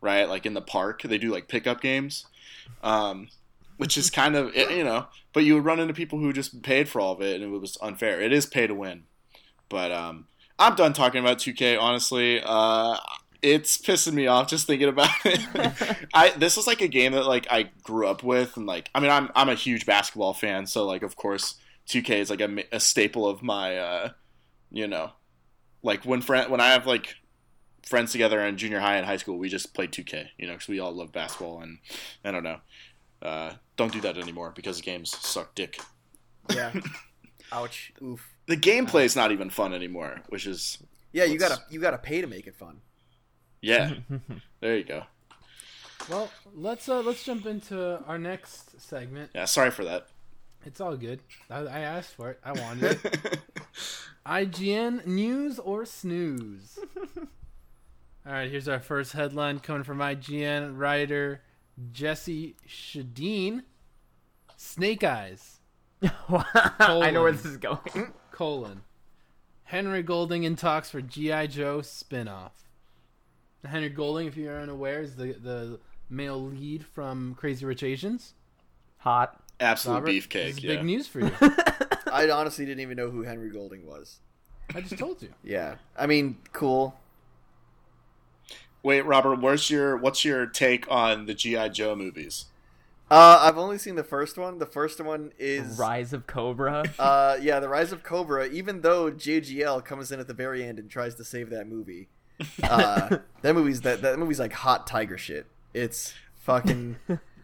right? Like in the park, they do like pickup games. Um which is kind of it- you know, but you would run into people who just paid for all of it and it was unfair. It is pay to win. But um I'm done talking about 2K honestly. Uh it's pissing me off just thinking about it. I this is like a game that like I grew up with and like I mean I'm I'm a huge basketball fan so like of course 2K is like a, ma- a staple of my uh you know like when friend when I have like friends together in junior high and high school we just play 2K you know cuz we all love basketball and I don't know uh don't do that anymore because games suck dick.
Yeah. Ouch. Oof.
The gameplay is not even fun anymore, which is
Yeah, you
What's-
gotta you gotta pay to make it fun.
yeah. there you go.
Well, let's uh, let's jump into our next segment.
Yeah, sorry for that.
It's all good. I, I asked for it. I wanted it. IGN news or snooze. All right, here's our first headline coming from IGN writer Jesse Shadeen. Snake Eyes
I know where this is going.
colon Henry Golding in talks for GI Joe spinoff. Henry Golding, if you're unaware, is the the male lead from Crazy Rich Asians.
Hot.
Absolute
Robert, This
beefcake.
is
Yeah.
big news for you.
I honestly didn't even know who Henry Golding was.
I just told you.
Yeah. I mean, cool.
Wait, Robert, where's your what's your take on the GI Joe movies?
Uh, I've only seen the first one. The first one is
Rise of Cobra.
uh, yeah, the Rise of Cobra. Even though JGL comes in at the very end and tries to save that movie, uh, that movie's that that movie's like hot tiger shit. It's fucking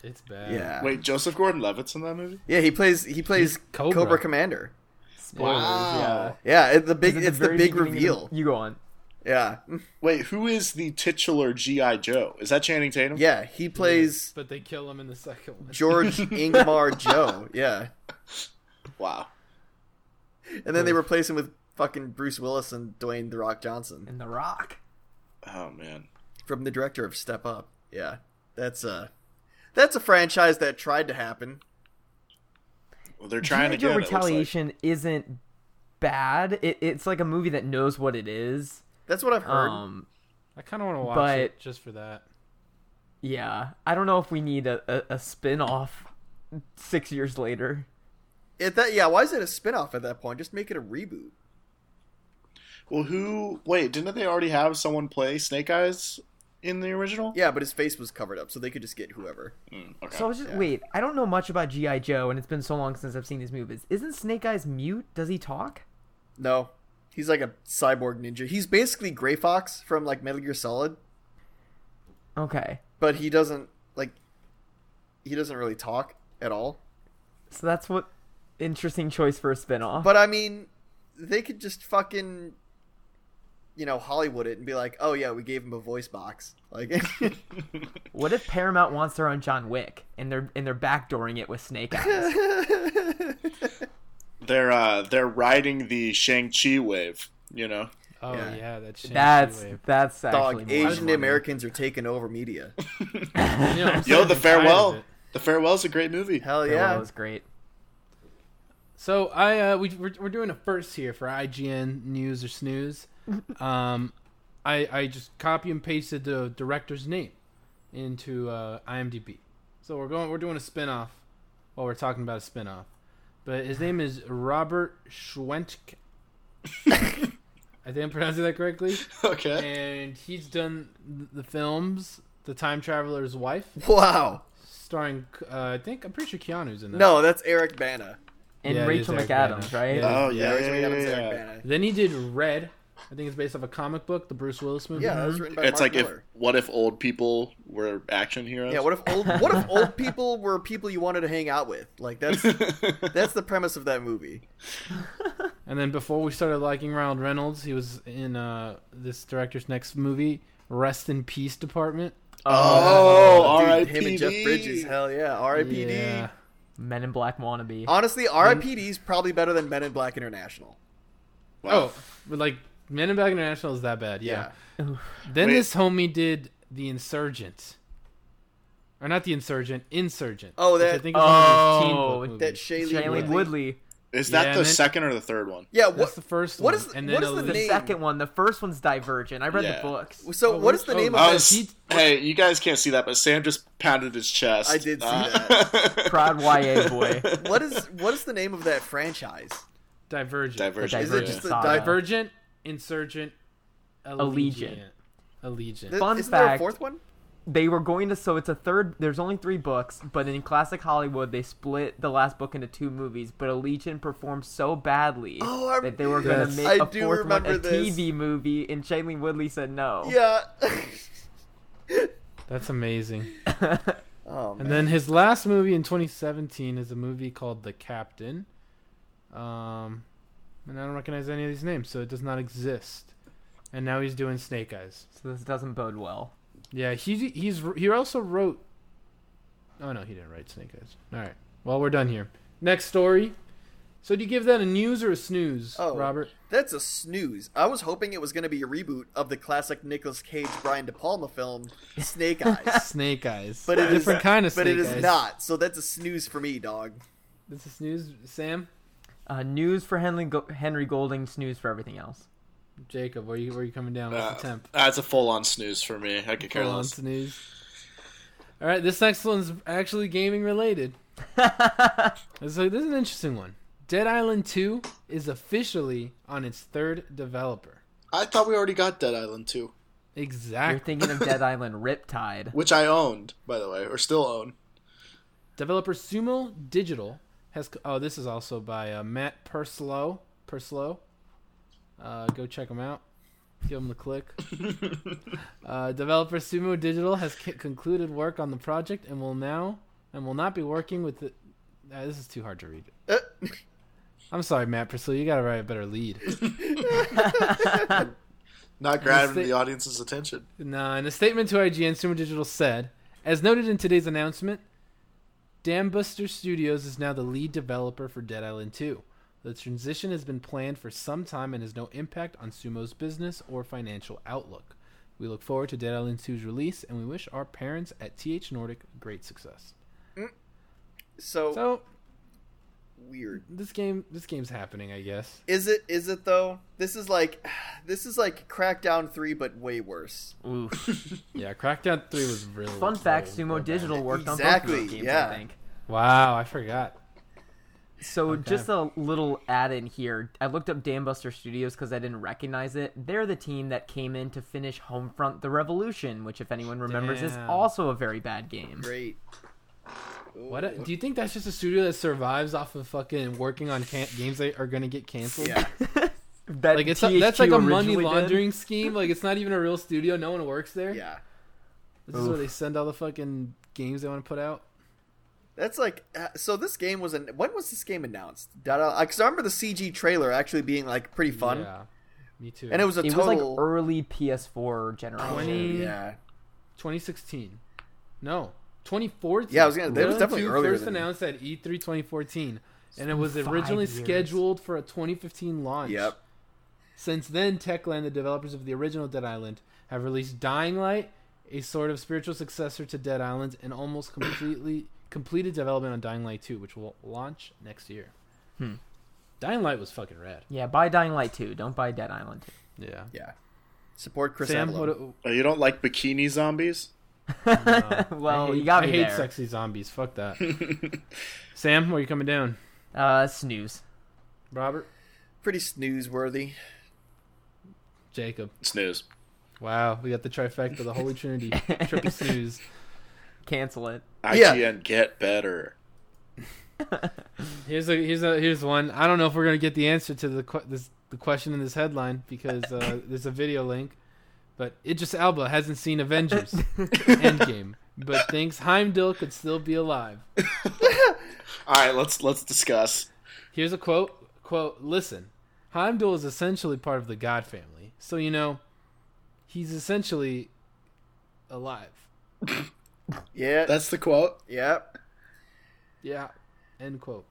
It's bad.
yeah.
Wait, Joseph Gordon-Levitt's in that movie?
Yeah, he plays he plays Cobra.
Cobra.
Commander.
Spoilers, yeah.
Yeah, it, the big
Is it
it's the
very
big
beginning of the-
reveal.
you go on.
Yeah, Mm-hmm.
Wait, who is the titular GI Joe? Is that Channing Tatum?
yeah, he plays
But they kill him in the second one.
George Ingmar Joe. Yeah,
Wow.
and then they replace him with fucking Bruce Willis and Dwayne the Rock Johnson
In The Rock.
Oh man.
from the director of Step Up. Yeah, that's a that's a franchise that tried to happen.
Well, they're trying
G.I.
to
Joe
get
Retaliation isn't bad. It, it's like a movie that knows what it is.
That's what I've heard.
Um,
I kind of want to watch
But-
it just for that.
yeah. I don't know if we need a, a, a spin off six years later.
If that yeah, why is it a spin-off at that point? Just make it a reboot.
Well, who? Wait, didn't they already have someone play Snake Eyes in the original?
Yeah, but his face was covered up, so they could just get whoever.
Mm, okay.
So I was just wait. I don't know much about GI Joe, and it's been so long since I've seen these movies. Isn't Snake Eyes mute? Does he talk?
No, he's like a cyborg ninja. He's basically Gray Fox from like Metal Gear Solid.
Okay,
but he doesn't like he doesn't really talk at all
so that's what interesting choice for a spinoff.
but i mean they could just fucking you know hollywood it and be like oh yeah we gave him a voice box like
what if Paramount wants their own John Wick, and they're and they're backdooring it with Snake Eyes?
they're uh, they're riding the Shang Chi wave. You know.
Oh
Yeah.
yeah, that's
that's that's actually
dog
more
asian
funny.
americans are taking over media
Yo,
Yo, the farewell. The farewell is a great movie.
hell
Farewell
yeah
was great.
So I uh, we we're, we're doing a first here for IGN news or snooze. Um, I I just copy and pasted the director's name into uh, IMDb. So we're going we're doing a spin-off while we're talking about a spin-off. But his name is Robert Schwentke. I think I'm pronouncing that correctly.
Okay.
And he's done th- the films The Time Traveler's Wife,
Wow.
starring uh, I think I'm pretty sure Keanu's in that.
No, that's Eric Bana.
And
Yeah, it
Rachel
is Eric
McAdams,
Bana.
right? Um,
Yeah.
Oh
Yeah,
yeah, yeah,
Eric
yeah,
Bana's
yeah.
Eric Bana.
Then he did Red. I think it's based off a comic book, the Bruce Willis movie.
Yeah, that was written by
It's
Mark
like if
Miller.
what if old people were action heroes?
Yeah, what if old what if old people were people you wanted to hang out with? Like that's that's the premise of that movie.
And then before we started liking Ronald Reynolds, he was in uh, this director's next movie, Rest in Peace Department.
oh,
Dude,
R.I.P.D.
him and Jeff Bridges, hell yeah, R.I.P.D.
Yeah.
Men in Black wannabe.
Honestly,
Mm-hmm.
R.I.P.D. is probably better than Men in Black International.
Oh, but like Men in Black International is that bad? Yeah. Then
Wait.
this homie did The Insurgent, or not The Insurgent, Insurgent.
Oh,
which I
that-
think is one of those teen
oh,
book
that
That
movies.
Shailene,
Shailene
Woodley.
Woodley.
Is that
Yeah,
the
and then-
second or the third one?
Yeah,
That's
what?
the first one.
what is the-
and
what
then
is the
Elite-
The
Name.
second one. The first one's Divergent. I read
Yeah.
the books.
so
Oh,
what is the
oh,
name
oh,
of
I
Yeah,
this?
was,
he-
hey, you guys can't see that, but Sam just pounded his chest. Uh,
I did see
that.
Proud YA boy.
What is what is the name of that franchise?
Divergent.
Divergent.
Is it just the
Saga.
Divergent?
Divergent, Insurgent, Allegiant.
Allegiant.
Allegiant.
Th-
Fun
Isn't there a
fact.
fourth one?
They were going to. So it's a third. There's only three books, but in classic Hollywood, they split the last book into two movies. But Allegiant performed so badly
Oh, I-
that they were going to
Yes.
make
I
a
do
fourth one
remember
a
this.
TV movie, and Shailene Woodley said no.
Yeah.
That's amazing.
oh man.
And then his last movie in 2017 is a movie called The Captain. Um, and I don't recognize any of these names, so it does not exist. And now he's doing Snake Eyes.
So this doesn't bode well.
Yeah, he he's he also wrote. Oh no, he didn't write Snake Eyes. All right. Well, we're done here. Next story. So do you give that a news or a snooze,
Oh.
Robert?
That's a snooze. I was hoping it was going to be a reboot of the classic Nicolas Cage Brian De Palma film Snake Eyes,
Snake Eyes,
but it is
different kind of.
But
snake
it is
eyes.
not. So that's a snooze for me, dog.
This is snooze, Sam.
Uh, news for Henry, Go- Henry Golding, snooze for everything else.
Jacob, where you where you coming down?
Uh,
What's the temp?
that's a full on snooze for me. I could care
Hold on,
less.
snooze. All right, this next one's actually gaming related. so this is an interesting one. Dead Island 2 is officially on its third developer.
I thought we already got Dead Island 2,
Exactly.
You're thinking of Dead Island Riptide.
which I owned, by the way, or still own.
Developer Sumo Digital has. Oh, this is also by uh, Matt Perslow. Perslow. Uh, go check him out. Give him the click. uh, developer Sumo Digital has c- concluded work on the project and will now and will not be working with the. Uh, this is too hard to read.
Uh,
I'm sorry, Matt Perslow. You gotta write a better lead.
Not grabbing
thi-
the audience's attention.
Nah, in a statement to IGN, Sumo Digital said, as noted in today's announcement, Dambuster Studios is now the lead developer for Dead Island 2. The transition has been planned for some time and has no impact on Sumo's business or financial outlook. We look forward to Dead Island 2's release and we wish our parents at TH Nordic great success.
so,
So,
weird.
this game this game's happening, I guess.
Is it? Is it though? This is like, this is like Crackdown three, but way worse.
Oof.
Yeah, Crackdown 3 was really
Fun fact:
slow,
Sumo
but-
Digital worked on both
Oh, Exactly,
of those games.
yeah.
I think.
Wow, I forgot.
So just a little add in here. I looked up Dambuster Studios because I didn't recognize it. They're the team that came in to finish Homefront: The Revolution, which, if anyone remembers, is
Damn.
also a very bad game.
Great.
What a- do you think that's just a studio that survives off of fucking working on can- games that are gonna get canceled?
Yeah.
That
like it's
THQ
that's like a money
originally did.
laundering scheme. Like it's not even a real studio. No one works there.
Yeah.
this is where they send all the fucking games they want to put out.
That's like uh, so. This game was an. When was this game announced? Because I remember the CG trailer actually being like pretty fun,
Yeah, me too.
and it was a
It was
total. Oh,
like early PS4 generation.
Twenty-
yeah,
2016. No, 2014.
Yeah, I was gonna- that was
Dead Island
definitely
2
earlier
First
than-
announced at E E3 2014, and it was
five
originally
years.
scheduled for a 2015 launch.
yep.
Since then, Techland, the developers of the original Dead Island, have released Dying Light, a sort of spiritual successor to Dead Island, and almost completely completed development on Dying Light 2, which will launch next year. Dying Light was fucking rad.
Yeah, buy Dying Light 2. Don't buy Dead Island 2.
Yeah.
Yeah. Support Chris
Sam,
Avalo.
what?
Uh, you don't like bikini zombies?
well,
I hate,
you got
I
me
hate
there.
sexy zombies. Fuck that. Sam, where you coming down?
Uh, snooze.
Robert,
Pretty snooze worthy.
Jacob.
Snooze.
Wow, we got the trifecta, the holy trinity, triple snooze.
Cancel it.
Yeah.
IGN get better.
Here's a here's a here's one. I don't know if we're gonna get the answer to the que- this the question in this headline because uh, there's a video link, but Idris Alba hasn't seen Avengers Endgame, but thinks Heimdall could still be alive.
All right, let's let's discuss.
Here's a quote. Quote, listen, Heimdall is essentially part of the God family. So, you know, he's essentially alive.
Yeah.
That's the quote.
yeah.
Yeah. End quote.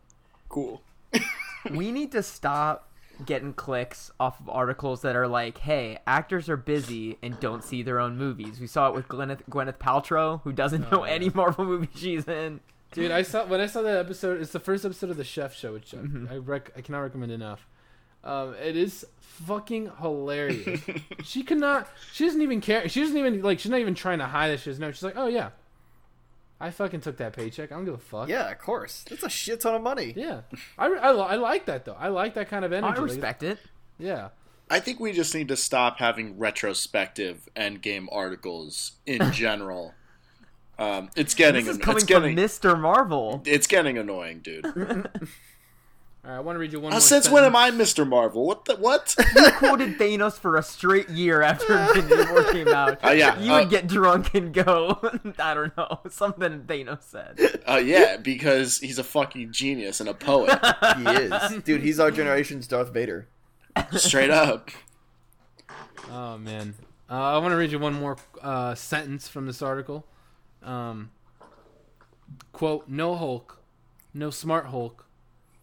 Cool.
we need to stop getting clicks off of articles that are like, "Hey, actors are busy and don't see their own movies." We saw it with Gwyneth, Gwyneth Paltrow, who doesn't know any Marvel movie she's in.
Dude, I saw when I saw that episode. It's the first episode of the Chef Show, which
Mm-hmm.
I I, rec- I cannot recommend enough. Um, it is fucking hilarious. she cannot. She doesn't even care. She doesn't even like. She's not even trying to hide that she doesn't know. She's like, oh yeah, I fucking took that paycheck. I don't give a fuck.
Yeah, of course. That's a shit ton of money.
Yeah. I, I, li- I like that though. I like that kind of energy.
I
Like,
respect it.
yeah.
I think we just need to stop having retrospective endgame articles in general. um, it's getting
This is
it's
coming
getting
from Mr. Marvel.
it's getting annoying, dude.
All right. I want to read you one.
Uh,
more
since when
sentence.
am I Mr. Marvel? What the what?
You quoted Thanos for a straight year after Infinity War came out.
Uh, yeah,
you
uh,
would get drunk and go. I don't know something Thanos said.
Uh, yeah, because he's a fucking genius and a poet,
He is. Dude, he's our generation's Darth Vader.
straight up.
Oh man, uh, I want to read you one more uh, sentence from this article. Um, quote: No Hulk, no smart Hulk,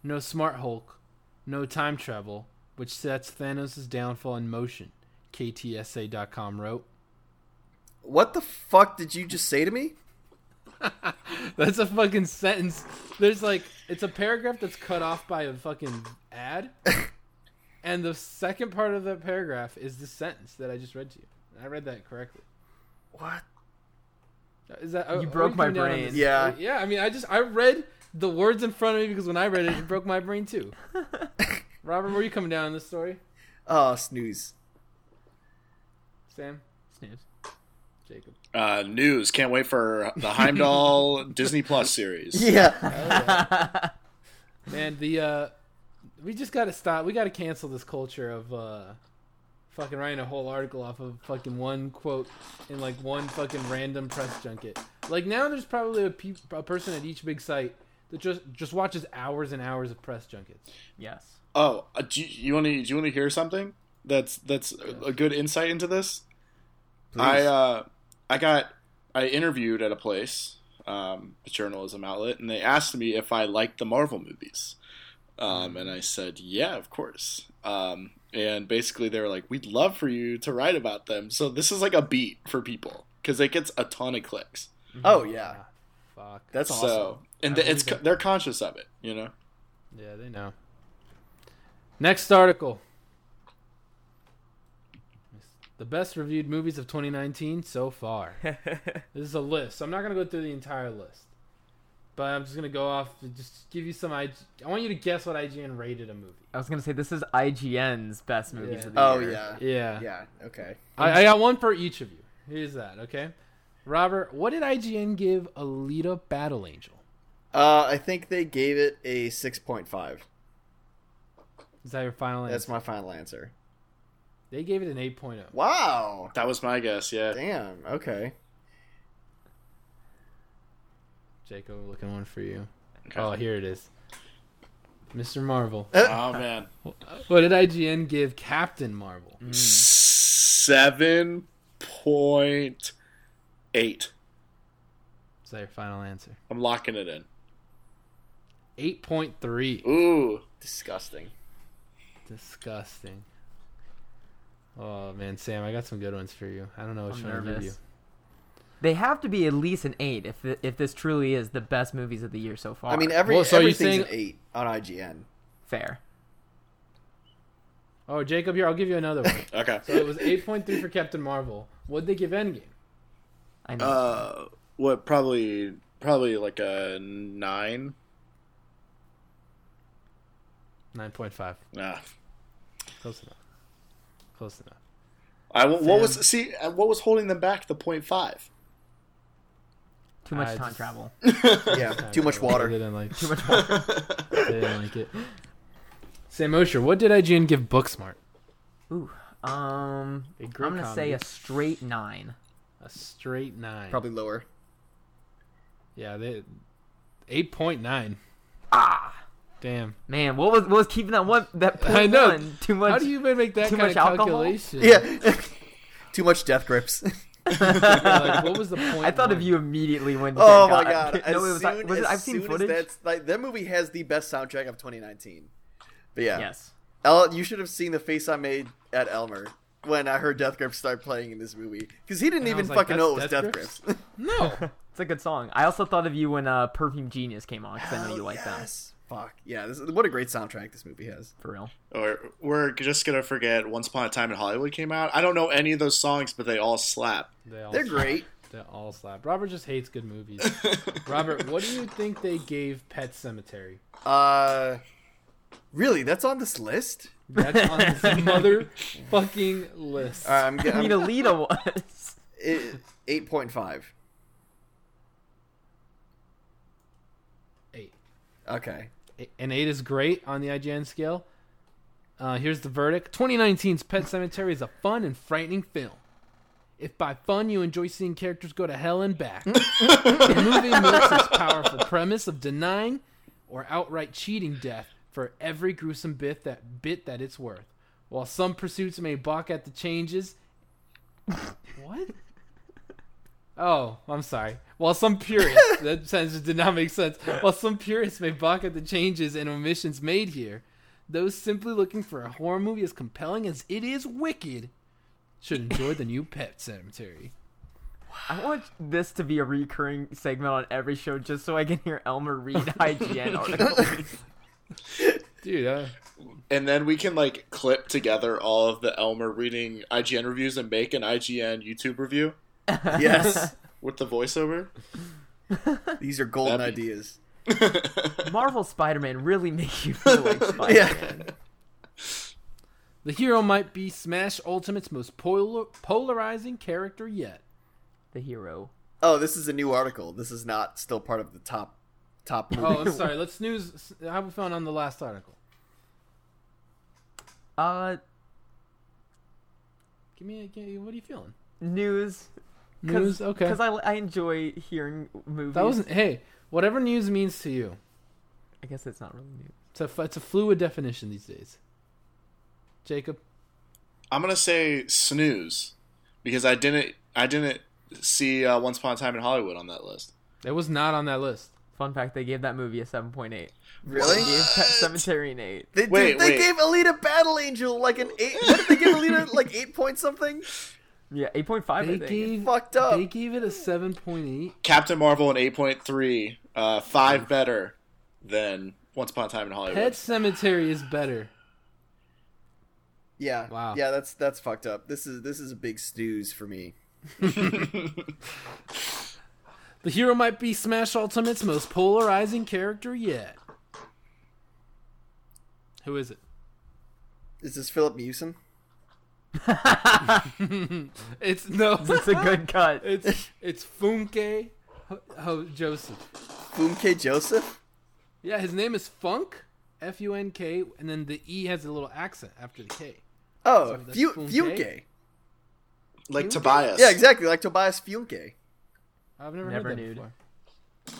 no smart Hulk, no time travel, which sets Thanos' downfall in motion. KTSA.com wrote.
What the fuck did you just say to me?
That's a fucking sentence. There's like it's a paragraph that's cut off by a fucking ad, and the second part of that paragraph is the sentence that I just read to you. I read that correctly.
What?
Is that uh, are- are
broke
we
my
coming down on
brain.
this?
Yeah.
yeah. I mean, I just I read the words in front of me because when I read it, it broke my brain too. Robert, where are you coming down on this story?
Oh, snooze.
Sam,
Snooze.
Jacob.
Uh, news. Can't wait for the Heimdall Disney Plus series.
Yeah.
Oh. Man, the uh, we just gotta stop. We gotta cancel this culture of uh, fucking writing a whole article off of fucking one quote in like one fucking random press junket. Like now, there's probably a, pe- a person at each big site that just just watches hours and hours of press junkets.
Yes.
Oh, uh, do you- you want to? Do you want to hear something? That's that's a- a good insight into this. I uh, I got I interviewed at a place, um, a journalism outlet, and they asked me if I liked the Marvel movies, um, and I said yeah, of course. Um, and basically, they were like, "We'd love for you to write about them." So this is like a beat for people because it gets a ton of clicks.
Oh, yeah.
Fuck.
That's awesome.
So and
I
th- it's
believe
co-
it.
they're conscious of it, you know.
Yeah, they know. Next article. The best reviewed movies of 2019 so far. this is a list. So I'm not going to go through the entire list. But I'm just going to go off to just give you some IG. I want you to guess what IGN rated a movie.
I was gonna say this is IGN's best movies
Yeah.
of the
oh,
year.
yeah.
Yeah.
Yeah, okay.
I, I got one for each of you. Here's that, okay? Robert, what did IGN give Alita Battle Angel?
Uh, I think they gave it a 6.5.
Is that your final answer?
That's my final answer.
They gave it an oh. 8.0.
Wow.
That was my guess. Yeah.
Damn. Okay.
Jacob, looking one for you. Oh, here it is. Mr. Marvel.
Oh man.
What did IGN give Captain Marvel?
Mm.
Seven point eight.
Is that your final answer?
I'm locking it in.
8.3.
Ooh,
Disgusting.
Disgusting. Oh, man, Sam, I got some good ones for you. I don't know which
I'm
one to give you.
nervous. They have to be at least an eight if if this truly is the best movies of the year so far.
I mean, every
Well, so are you
everything's
saying-
an 8 on IGN.
fair.
Oh, Jacob, here I'll give you another one.
Okay.
so it was eight point three for Captain Marvel. What'd they give Endgame?
I know.
Uh, what? Probably, probably like a nine.
Nine point five.
Nah.
Close enough. Close enough.
I w- what was see uh, what was holding them back? The point five.
Too much
I
time
just-
travel.
Yeah, too much
They
water.
didn't like. Too much water. they didn't like it. Sam Osher, what did IGN give Booksmart?
Ooh.
A
Um, I'm
great
gonna say
comedy.
a straight nine.
A straight nine.
Probably lower.
Yeah, they eight point nine. Ah, damn.
Man, what was what was keeping that one that point
I know.
one? Too much.
How do you even make that
too
kind
much
of
alcohol?
calculation?
Yeah. too much death grips.
like, what was the point?
I thought of
one?
you immediately when.
oh
Thank
my god.
No,
As
it was, like-
soon-
was it-
as
I've seen
soon as
footage.
That's, like, that movie has the best soundtrack of 2019. But yeah.
Yes.
El, you should have seen the face I made at Elmer when I heard Death Grips start playing in this movie because he
And
didn't
I
even
was like,
fucking know it
"That's
was Death,
Death
Grips.
No.
It's a good song. I also thought of you when uh, Perfume Genius came on because I know you like that
yes. Fuck yeah! This, what a great soundtrack this movie has.
for real.
Or we're just gonna forget. Once upon a time in Hollywood came out. I don't know any of those songs, but they all slap.
They all
They're
Oh,
slap.
great.
They all slap. Robert just hates good movies. Robert, what do you think they gave Pet Cemetery?
Uh, really, that's on this list.
That's on this motherfucking list.
All right, Uh, I'm, g-
I mean,
I'm
Alita was.
eight point five.
Eight.
Okay,
an eight is great on the IGN scale. Uh, here's the verdict 2019's Pet Cemetery is a fun and frightening film. If by fun you enjoy seeing characters go to hell and back, the movie milks its powerful premise of denying or outright cheating death for every gruesome bit that bit that it's worth. While some pursuits may balk at the changes, what? Oh, I'm sorry. While some purists, that sentence did not make sense. While some purists may balk at the changes and omissions made here, those simply looking for a horror movie as compelling as it is wicked should enjoy the new Pet Cemetery.
I want this to be a recurring segment on every show just so I can hear Elmer read IGN articles.
Dude, uh,
And then we can like clip together all of the Elmer reading IGN reviews and make an IGN YouTube review
yes,
with the voiceover.
these are golden
That'd be-
ideas.
Marvel Spider Man really makes you feel like Spider
Yeah.
Man.
the hero might be Smash Ultimate's most polar- polarizing character yet.
The hero.
Oh, this is a new article. This is not still part of the top top. Movie.
Oh, I'm sorry. Let's snooze. How we found on the last article?
Uh,
Give me. A, give me- what are you feeling?
news.
News. Okay.
Because I, I enjoy hearing movies.
that wasn't. Hey, whatever news means to you.
I guess it's not really news.
It's a, it's a fluid definition these days. Jacob,
I'm gonna say snooze because I didn't I didn't see uh, Once Upon a Time in Hollywood on that list.
it was not on that list.
Fun fact: They gave that movie a 7.8. They
really?
gave Pet Cemetery an 8.
They, dude,
Wait,
they
wait.
gave Alita Battle Angel like an eight. What did they give Alita like eight point something?
Yeah, 8.5. I
They
think.
gave,
Fucked up.
they gave it a 7.8.
Captain Marvel an 8.3, uh, five better than Once Upon a Time in Hollywood.
Pet Cemetery is better.
Yeah.
Wow.
Yeah, that's that's fucked up. This is this is a big snooze for me.
The hero might be Smash Ultimate's most polarizing character yet. Who is it?
Is this Philip Mewson?
It's no.
It's a good cut.
it's it's Funke Ho- Ho- Joseph.
Boomke Joseph?
Yeah, his name is Funk, F U N K, and then the E has a little accent after the K.
Oh,
that's
Fu-
Funke?
Funke.
like Tobias.
Yeah, exactly, like Tobias Funke.
I've never,
Never
heard that
nude.
before.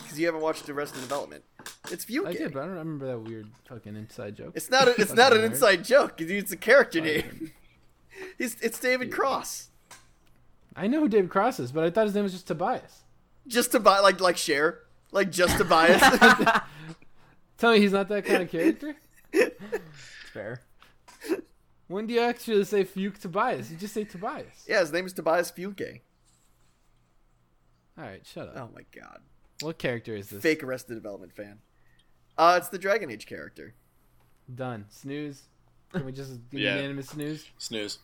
Because you haven't watched Arrested Development. It's Funke.
I did, but I don't remember that weird fucking inside joke.
It's not a, it's not an inside joke. dude, It's a character name. It's, it's David Cross.
I know who David Cross is, but I thought his name was just Tobias.
Just to buy like like Cher. Like just Tobias.
Tell me he's not that kind of character?
It's fair.
When do you actually say Fuke Tobias? You just say Tobias.
yeah, his name is Tobias Funke.
All right, shut up.
Oh my god.
What character is this?
Fake Arrested Development fan. Uh it's the Dragon Age character.
Done. Snooze. Can we just give
Yeah.
unanimous snooze?
Snooze.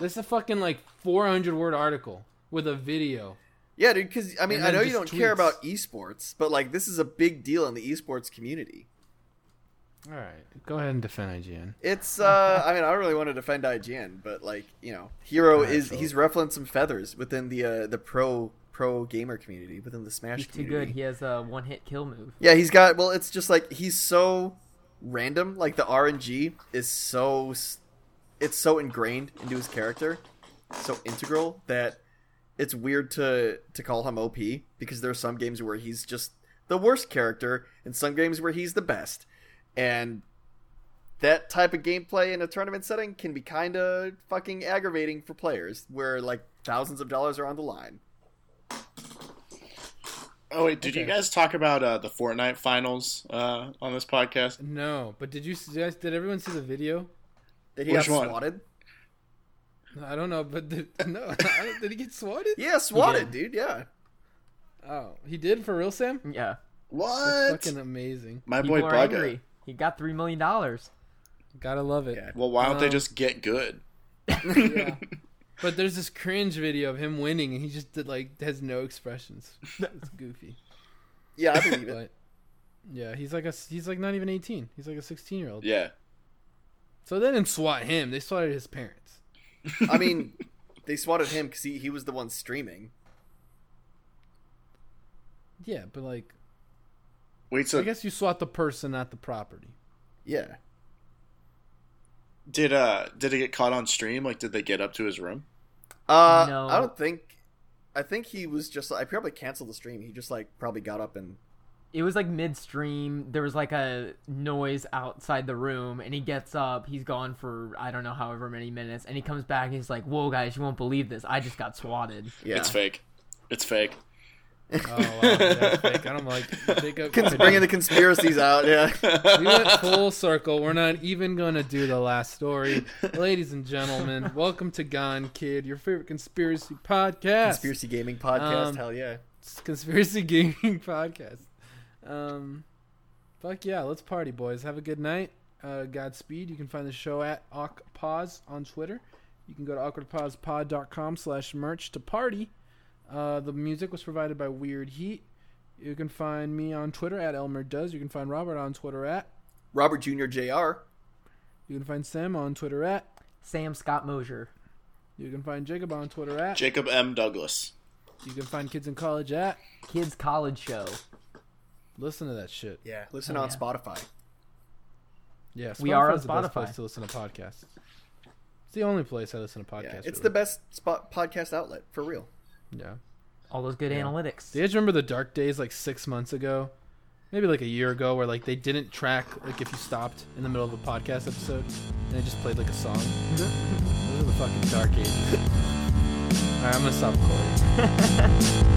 This is a fucking like 400 word article with a video.
Yeah, dude. Because I mean,
And
I
then
know you don't
just
care
tweets.
about esports, but like this is a big deal in the esports community.
All right, go ahead and defend IGN.
It's uh I mean I don't really want to defend IGN, but like, you know, Hero
Alright,
is
so-
he's ruffling some feathers within the uh the pro pro gamer community, within the Smash
He's too
community.
good. He has a one hit kill move.
Yeah, he's got well it's just like he's so random, like the RNG is so s- it's so ingrained into his character, so integral that it's weird to to call him OP because there are some games where he's just the worst character and some games where he's the best. And that type of gameplay in a tournament setting can be kind of fucking aggravating for players where like thousands of dollars are on the line.
Oh wait, did you
Okay.
guys talk about uh, the Fortnite finals uh, on this podcast?
No, but did you suggest? Did everyone see the video?
That he
Which
got
one?
swatted?
I don't know, but did, no, I don't- did he get swatted?
Yeah, swatted, dude. Yeah.
Oh, he did for real, Sam.
Yeah.
What?
Fucking amazing.
My
People
boy
are
Bugga.
angry. He got $3 million. That's
Gotta love it.
Yeah.
Well, why don't they
Um,
just get good?
Yeah. But there's this cringe video of him winning, and he just did, like has no expressions. It's goofy.
Yeah, I believe it.
But yeah, he's like a he's like not even 18. He's like a 16 year old.
Yeah.
So they didn't swat him. They swatted his parents.
I mean, they swatted him because he, he was the one streaming.
Yeah, but like
Wait, so
I guess you swat the person, not the property.
Yeah.
did uh did it get caught on stream? Like, did they get up to his room?
Uh,
No.
I don't think. I think he was just. I probably canceled the stream. He just like probably got up and.
It was like midstream. There was like a noise outside the room, and he gets up. He's gone for I don't know however many minutes, and he comes back and he's like, "Whoa, guys, you won't believe this. I just got swatted."
Yeah.
It's fake. It's fake.
Oh, wow. yeah, fake. I don't like Jacob.
Cons- bringing the conspiracies out. Yeah.
we went full circle. We're not even going to do the last story. Ladies and gentlemen, welcome to Gone Kid, your favorite conspiracy podcast.
Conspiracy gaming podcast.
Um,
hell yeah.
conspiracy gaming podcast. Um, fuck yeah, let's party, boys. Have a good night. Uh, Godspeed. You can find the show at Awk Pause on Twitter. You can go to awkwardpausepod.com slash merch to party. Uh, the music was provided by Weird Heat. You can find me on Twitter at Elmer Does. You can find Robert on Twitter at.
Robert Jr. Jr.
You can find Sam on Twitter at.
Sam Scott Mosier.
You can find Jacob on Twitter at.
Jacob M. Douglas.
You can find Kids in College at.
Kids College Show.
Listen to that shit.
Yeah. Listen
Oh,
on
yeah.
Spotify.
Yes,
We are on
the best
Spotify.
place to listen to podcasts. It's the only place I listen to podcasts.
Yeah. it's
really.
the best spot podcast outlet for real.
yeah.
All those good analytics.
Do you guys remember the dark days like six months ago, maybe like a year ago, where like they didn't track like if you stopped in the middle of a podcast episode and they just played like a song. Those
Mm-hmm.
are the fucking dark ages. All right, I'm gonna stop recording.